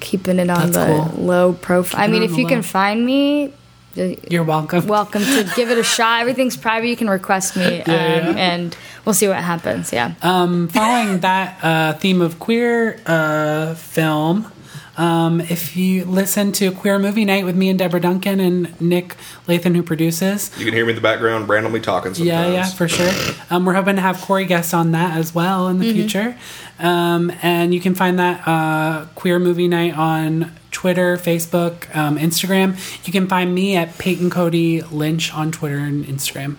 keeping it on
That's
the
cool.
low profile. I
it
mean,
on
if
the
you can
low.
find me, uh,
You're welcome.
welcome to give it a shot. Everything's private. You can request me, um, and we'll see what happens. Yeah.
um, following that uh, theme of queer uh, film, um, if you listen to Queer Movie Night with me and Deborah Duncan and Nick Lathan, who produces,
You can hear me in the background randomly talking sometimes.
yeah, yeah, for sure. Um, we're hoping to have Corey guest on that as well in the future. Um, and you can find that uh, Queer Movie Night on Twitter, Facebook, um, Instagram. You can find me at Peyton Cody Lynch on Twitter and Instagram.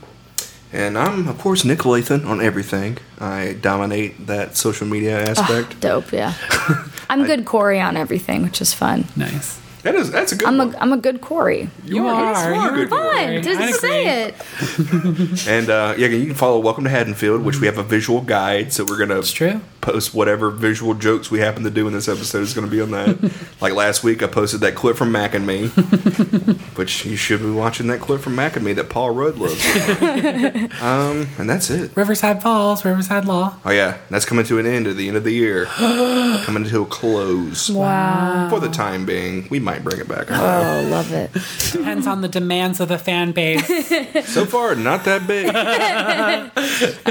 And I'm, of course, Nick Lathan on everything. I dominate that social media aspect.
Ah,
Ah.
Dope. Yeah. I'm good Corey on everything, which is fun.
Nice.
that is, that's a good
I'm
one.
a I'm a good Corey.
You,
are- you are good
Fun.
Corey. I'd
Just
agree.
say it.
And uh, yeah, you can follow Welcome to Haddonfield, which we have a visual guide. So we're gonna
true.
post whatever visual jokes we happen to do in this episode is gonna be on that. like last week, I posted that clip from Mac and Me, which you should be watching that clip from Mac and Me that Paul Rudd loves. um, and that's it.
Riverside Falls, Riverside Law.
Oh yeah, that's coming to an end at the end of the year, coming to a close
Wow.
for the time being. We might bring it back. I don't know.
Oh, love it.
Depends on the demands of the fan base.
So far, not that big.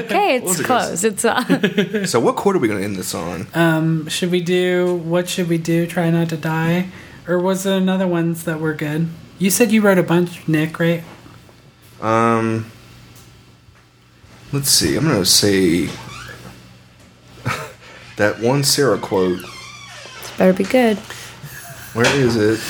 Okay,
was
it's
it, Chris?
close. It's uh,
so what chord are we gonna end this on?
Um, should we do what should we do? Try not to die, or was there another ones that were good? You said you wrote a bunch, Nick, right?
Let's see. I'm gonna say that one Sarah quote.
better be good.
Where is it?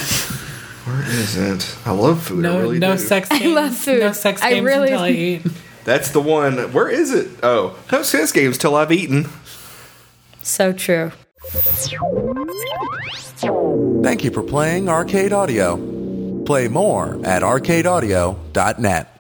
Where is it? I love food.
No,
I really
no
do.
sex. Games,
love food.
No sex
I
games
really-
until I eat.
That's the one. Where is it? Oh, no sex games till I've eaten.
So true.
Thank you for playing Arcade Audio. Play more at arcadeaudio.net.